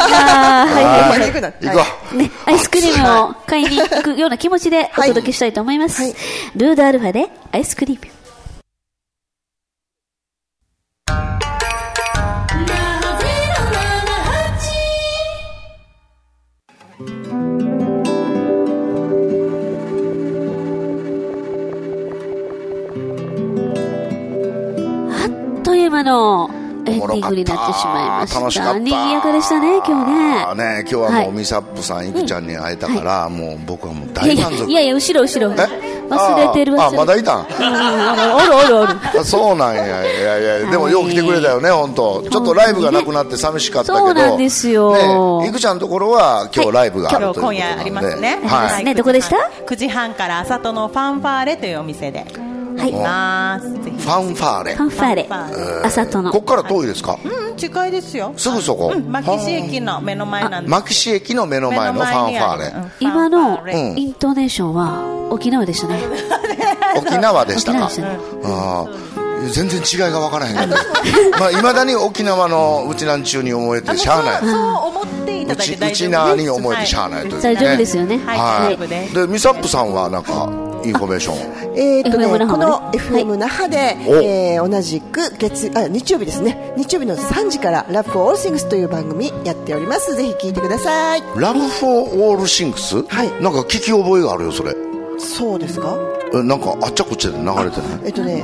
Speaker 2: あーはい。
Speaker 1: あ
Speaker 5: はい
Speaker 1: ー行こう。
Speaker 2: ね、アイスクリームを買いに行くような気持ちでお届けしたいと思います。
Speaker 5: はい
Speaker 2: ルードアルファでアイスクリーム。あっという間のエンディングになってしまいました。
Speaker 1: 楽しかった。
Speaker 2: 賑やかでしたね、今日ね。
Speaker 1: ね今日は
Speaker 2: は
Speaker 1: もう
Speaker 2: い
Speaker 1: ミサップさん、いくちゃんに会えたから、もう僕はもう
Speaker 2: いや
Speaker 1: 大
Speaker 2: い
Speaker 1: 満
Speaker 2: や、
Speaker 1: 足。
Speaker 2: いやいや、後ろ後ろ。
Speaker 1: え
Speaker 2: 忘れてる忘れてる。
Speaker 1: あーあ、まだいた
Speaker 2: う
Speaker 1: ん
Speaker 2: んうんうんおるおるおる。
Speaker 1: あそうなんや、いやいや、でも
Speaker 2: はい
Speaker 1: よう来てくれたよね、本当、ちょっとライブがなくなって寂しかったけど、
Speaker 2: そうなんですよ
Speaker 1: ねいくちゃんのところは、今日
Speaker 2: はい
Speaker 1: ライブがある
Speaker 3: 今
Speaker 1: と
Speaker 3: 日
Speaker 1: いうこと
Speaker 3: 今
Speaker 1: なん
Speaker 3: 夜
Speaker 1: で、
Speaker 3: ありますね。
Speaker 2: はい
Speaker 1: は
Speaker 2: ねどこでした
Speaker 3: ?9 時半から朝とのファンファーレというお店で。
Speaker 2: はい
Speaker 3: います。ぜひ。
Speaker 1: ファンファーレ
Speaker 2: ファ、ンファーレ
Speaker 3: ファンファ
Speaker 1: ー、レ
Speaker 2: あさとの。
Speaker 1: こっから遠いですか、
Speaker 3: うん、近いですよ。
Speaker 1: すぐそこ、
Speaker 3: うん、牧師駅の目の前なんです。
Speaker 1: マキシ駅の目の前のファンファーレ、
Speaker 3: レ
Speaker 2: 今の
Speaker 1: うん
Speaker 2: イントネーションは沖縄でしたね。
Speaker 1: 沖縄でした
Speaker 2: 沖縄
Speaker 1: か
Speaker 2: でしたね、
Speaker 1: あー全然違いが分からへんけど、まあ、いまだに沖縄のうちなんちゅうに思えてしゃあない。
Speaker 3: そう思っていた
Speaker 1: う
Speaker 3: だい
Speaker 1: ち
Speaker 3: て
Speaker 1: う
Speaker 3: 大丈
Speaker 1: ち
Speaker 3: 夫
Speaker 1: な
Speaker 3: です。
Speaker 1: に思えてしゃあないという、
Speaker 2: 大丈夫ですよね。
Speaker 3: はい
Speaker 1: は
Speaker 3: 大丈夫で
Speaker 1: い、
Speaker 3: す
Speaker 1: でミサップさんはなんかインフォメーション
Speaker 5: えーっとね
Speaker 2: FM 那覇
Speaker 5: こ
Speaker 2: まで
Speaker 5: の FM 那覇で、
Speaker 1: お
Speaker 5: えー同じく月あ日曜日ですね日曜日の3時から「ラブフォーオールシングスという番組やっておりますぜひ聞いてください
Speaker 1: ラブフォーオールシングス、
Speaker 5: はい
Speaker 1: なんか聞き覚えがあるよそれ
Speaker 5: そうですか
Speaker 1: えなんかあっちゃこっちゃで流れてない
Speaker 5: えっとね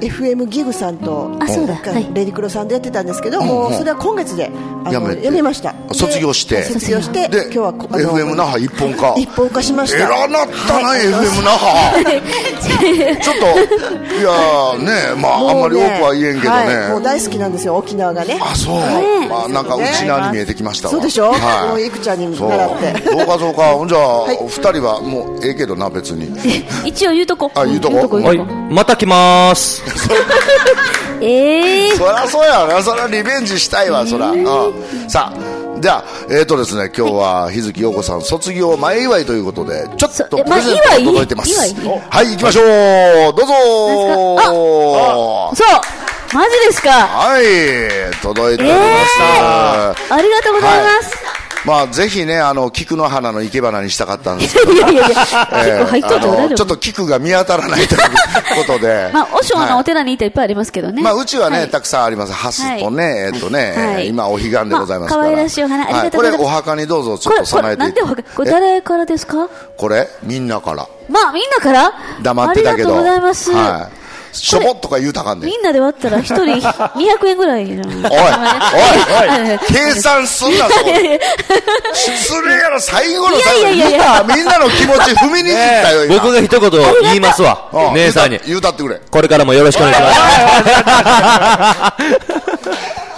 Speaker 5: FM ギグさんと
Speaker 2: あそうだ
Speaker 5: なんか
Speaker 2: はい
Speaker 5: レディクロさんでやってたんですけど、
Speaker 1: んうん
Speaker 5: もうそれは今月であの
Speaker 1: やめて
Speaker 5: やめました
Speaker 1: 卒業して
Speaker 5: で卒業して
Speaker 1: で
Speaker 5: 今日はこあの
Speaker 1: FM 那覇一本化
Speaker 5: 一本化しました
Speaker 1: 偉なったな、FM 那覇ちょっといやーねまあ、あんまり多くは言えんけどね、
Speaker 5: はいもう大好きなんですよ沖縄がね
Speaker 1: あそう、
Speaker 2: ね
Speaker 1: まあ、なんかうちなに見えてきましたわ
Speaker 5: そうでしょ、も
Speaker 1: は
Speaker 5: う
Speaker 1: い
Speaker 5: いくちゃんに
Speaker 1: そう
Speaker 5: 習って
Speaker 1: そうかそうかほんじゃあ、
Speaker 5: い
Speaker 1: お二人はもうええけどな別に
Speaker 2: 一応言うとこ。
Speaker 1: あ言うとこ
Speaker 2: 言
Speaker 4: は
Speaker 2: う
Speaker 4: い
Speaker 2: とこ。
Speaker 4: また来ます。
Speaker 2: ええ。
Speaker 1: そりゃそうやなそりゃリベンジしたいわそりゃ、うん、さあじゃあえっ、ー、とですね今日は日月陽子さん卒業前祝いということでちょっと
Speaker 2: そえ
Speaker 1: プレゼント
Speaker 2: 前
Speaker 1: が
Speaker 2: 祝い
Speaker 1: 届いてます
Speaker 2: 祝い
Speaker 1: はい行きましょうどうぞ
Speaker 2: 何ですか
Speaker 1: ー
Speaker 2: そうマジですか
Speaker 1: はい、届いておりました。
Speaker 2: ありがとうございます。
Speaker 1: まあ、ぜひね、あの、菊の花の生け花にしたかったんですけど、
Speaker 2: い、やいやいや、
Speaker 1: え
Speaker 2: 結構入っ
Speaker 1: ー
Speaker 2: といても
Speaker 1: あ
Speaker 2: 大
Speaker 1: の
Speaker 2: 丈
Speaker 1: ちょ
Speaker 2: 夫。。
Speaker 1: っと菊が見当たらないということ で
Speaker 2: まあ、和尚のお
Speaker 1: はい
Speaker 2: 寺にいたらいっぱいありますけどね。
Speaker 1: まあ、うちはね、
Speaker 2: い
Speaker 1: たくさんあります。ハスとね、えっとね、
Speaker 2: はい
Speaker 1: えー今、お彼岸でございま
Speaker 2: まあ
Speaker 1: すから。
Speaker 2: 可愛らしいお花ありがとうございます
Speaker 1: はこれ、お墓にどうぞ、ち
Speaker 2: こ
Speaker 1: ょっ
Speaker 2: れ、
Speaker 1: と
Speaker 2: こ
Speaker 1: 備え
Speaker 2: れ、
Speaker 1: て
Speaker 2: ないんでわかこれ誰からですか
Speaker 1: えこれ、みんなから。
Speaker 2: まあ、みんなから
Speaker 1: 黙ってた
Speaker 2: あり
Speaker 1: けど。
Speaker 2: がとうございます。
Speaker 1: はい。しょぼっとか言うたかんで。おい
Speaker 2: みんなで割ったら一人 200円ぐらいじゃ ん。
Speaker 1: おいおい計算す んなぞ失礼やろ最後の最後
Speaker 2: いやいやいやいや
Speaker 1: 見たみんなの気持ち踏みにじったよ、今
Speaker 4: 僕が一言言います
Speaker 1: う
Speaker 4: わ
Speaker 1: ん。
Speaker 4: 姉さんに。
Speaker 1: 言うた言うたってくれ
Speaker 4: これからもよろしくお願いします。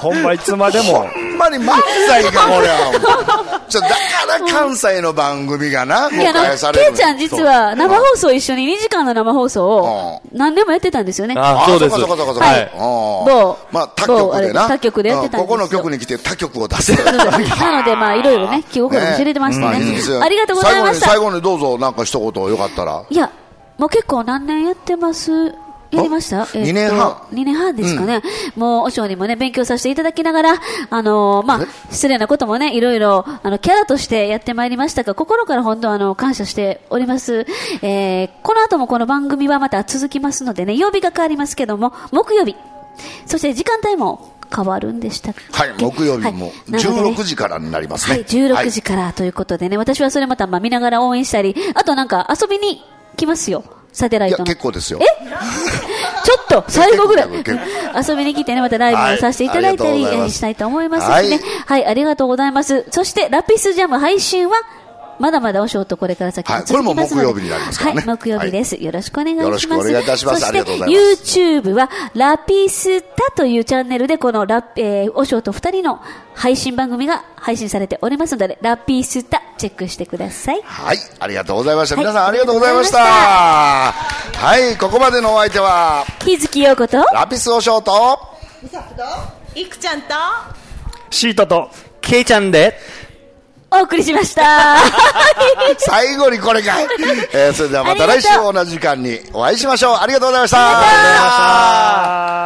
Speaker 6: ほんまいつまでも。
Speaker 1: ほんまに漫才かこれはちょだから関西の番組がな誤
Speaker 2: いや、あ
Speaker 1: 解さ
Speaker 2: の、
Speaker 1: れ
Speaker 2: ケ
Speaker 1: る
Speaker 2: イちゃん実は生放送一緒に2時間の生放送を何年もやってたんですよね。
Speaker 4: あ、そうです。
Speaker 1: そうかそうかそうか
Speaker 4: は。
Speaker 1: はい
Speaker 2: 某
Speaker 1: まあ他局で
Speaker 2: 某あれ
Speaker 1: な
Speaker 2: 他局でやってたんですよ
Speaker 1: うんここの局に来て他局を出す
Speaker 2: そうそうなので、まあ、いろいろね、記憶が知れてました
Speaker 1: ねうんいい
Speaker 2: ね
Speaker 1: です。よ
Speaker 2: ありがとうございました
Speaker 1: 最。後に最後にどうぞなんか一言よかったら
Speaker 2: いや、もう結構何年やってますやりましたえっと
Speaker 1: 二年半
Speaker 2: 二年半ですかね。もう、お尚にもね、勉強させていただきながら、あのー、まあ、失礼なこともね、いろいろ、あの、キャラとしてやってまいりましたが、心から本当、あの、感謝しております。えーこの後もこの番組はまた続きますのでね、曜日が変わりますけども、木曜日、そして時間帯も変わるんでしたっけ
Speaker 1: はい木曜
Speaker 2: は
Speaker 1: 日も
Speaker 2: いなのでね
Speaker 1: 16時からになりますね
Speaker 2: はい、16時からということでね、私はそれまたまあ見ながら応援したり、あとなんか遊びに来ますよ、サテライ
Speaker 1: いや
Speaker 2: トの。
Speaker 1: 結構 ですよ
Speaker 2: え ちょっと、最後ぐらい。
Speaker 1: 結構
Speaker 2: 遊びに来てね、またライブをさせていただいたり、
Speaker 1: はいありがとうござい
Speaker 2: え
Speaker 1: ます
Speaker 2: ーしたいと思いますしね、はい。ありがとうございます。そして、ラピスジャム配信は、まだまだお仕事これから先
Speaker 1: はい
Speaker 2: も続きますので、
Speaker 1: これも木曜日になりますからね
Speaker 2: はい、木曜日です、よろしくお願いします。
Speaker 1: よろしくお願いいたします
Speaker 2: そ
Speaker 1: あ
Speaker 2: して
Speaker 1: りがとうございます
Speaker 2: YouTube は、ラピスタというチャンネルで、このラ、えー、おしょうと二人の配信番組が配信されておりますので、ラピスタ、チェックしてください。
Speaker 1: はい、ありがとうございました。
Speaker 2: はい
Speaker 1: 皆さんありがとうございました。はい、ここまでのお相手は、
Speaker 2: 日月陽子と、
Speaker 1: ラピスおショート。
Speaker 3: いくちゃんと
Speaker 6: シートと。
Speaker 4: ケイちゃんで。
Speaker 2: お送りしま した。
Speaker 1: 最後にこれ かい。えーそれではまた来週
Speaker 2: ありがと
Speaker 1: 同じ時間にお会いしましょう。ありがとうございました。
Speaker 6: あー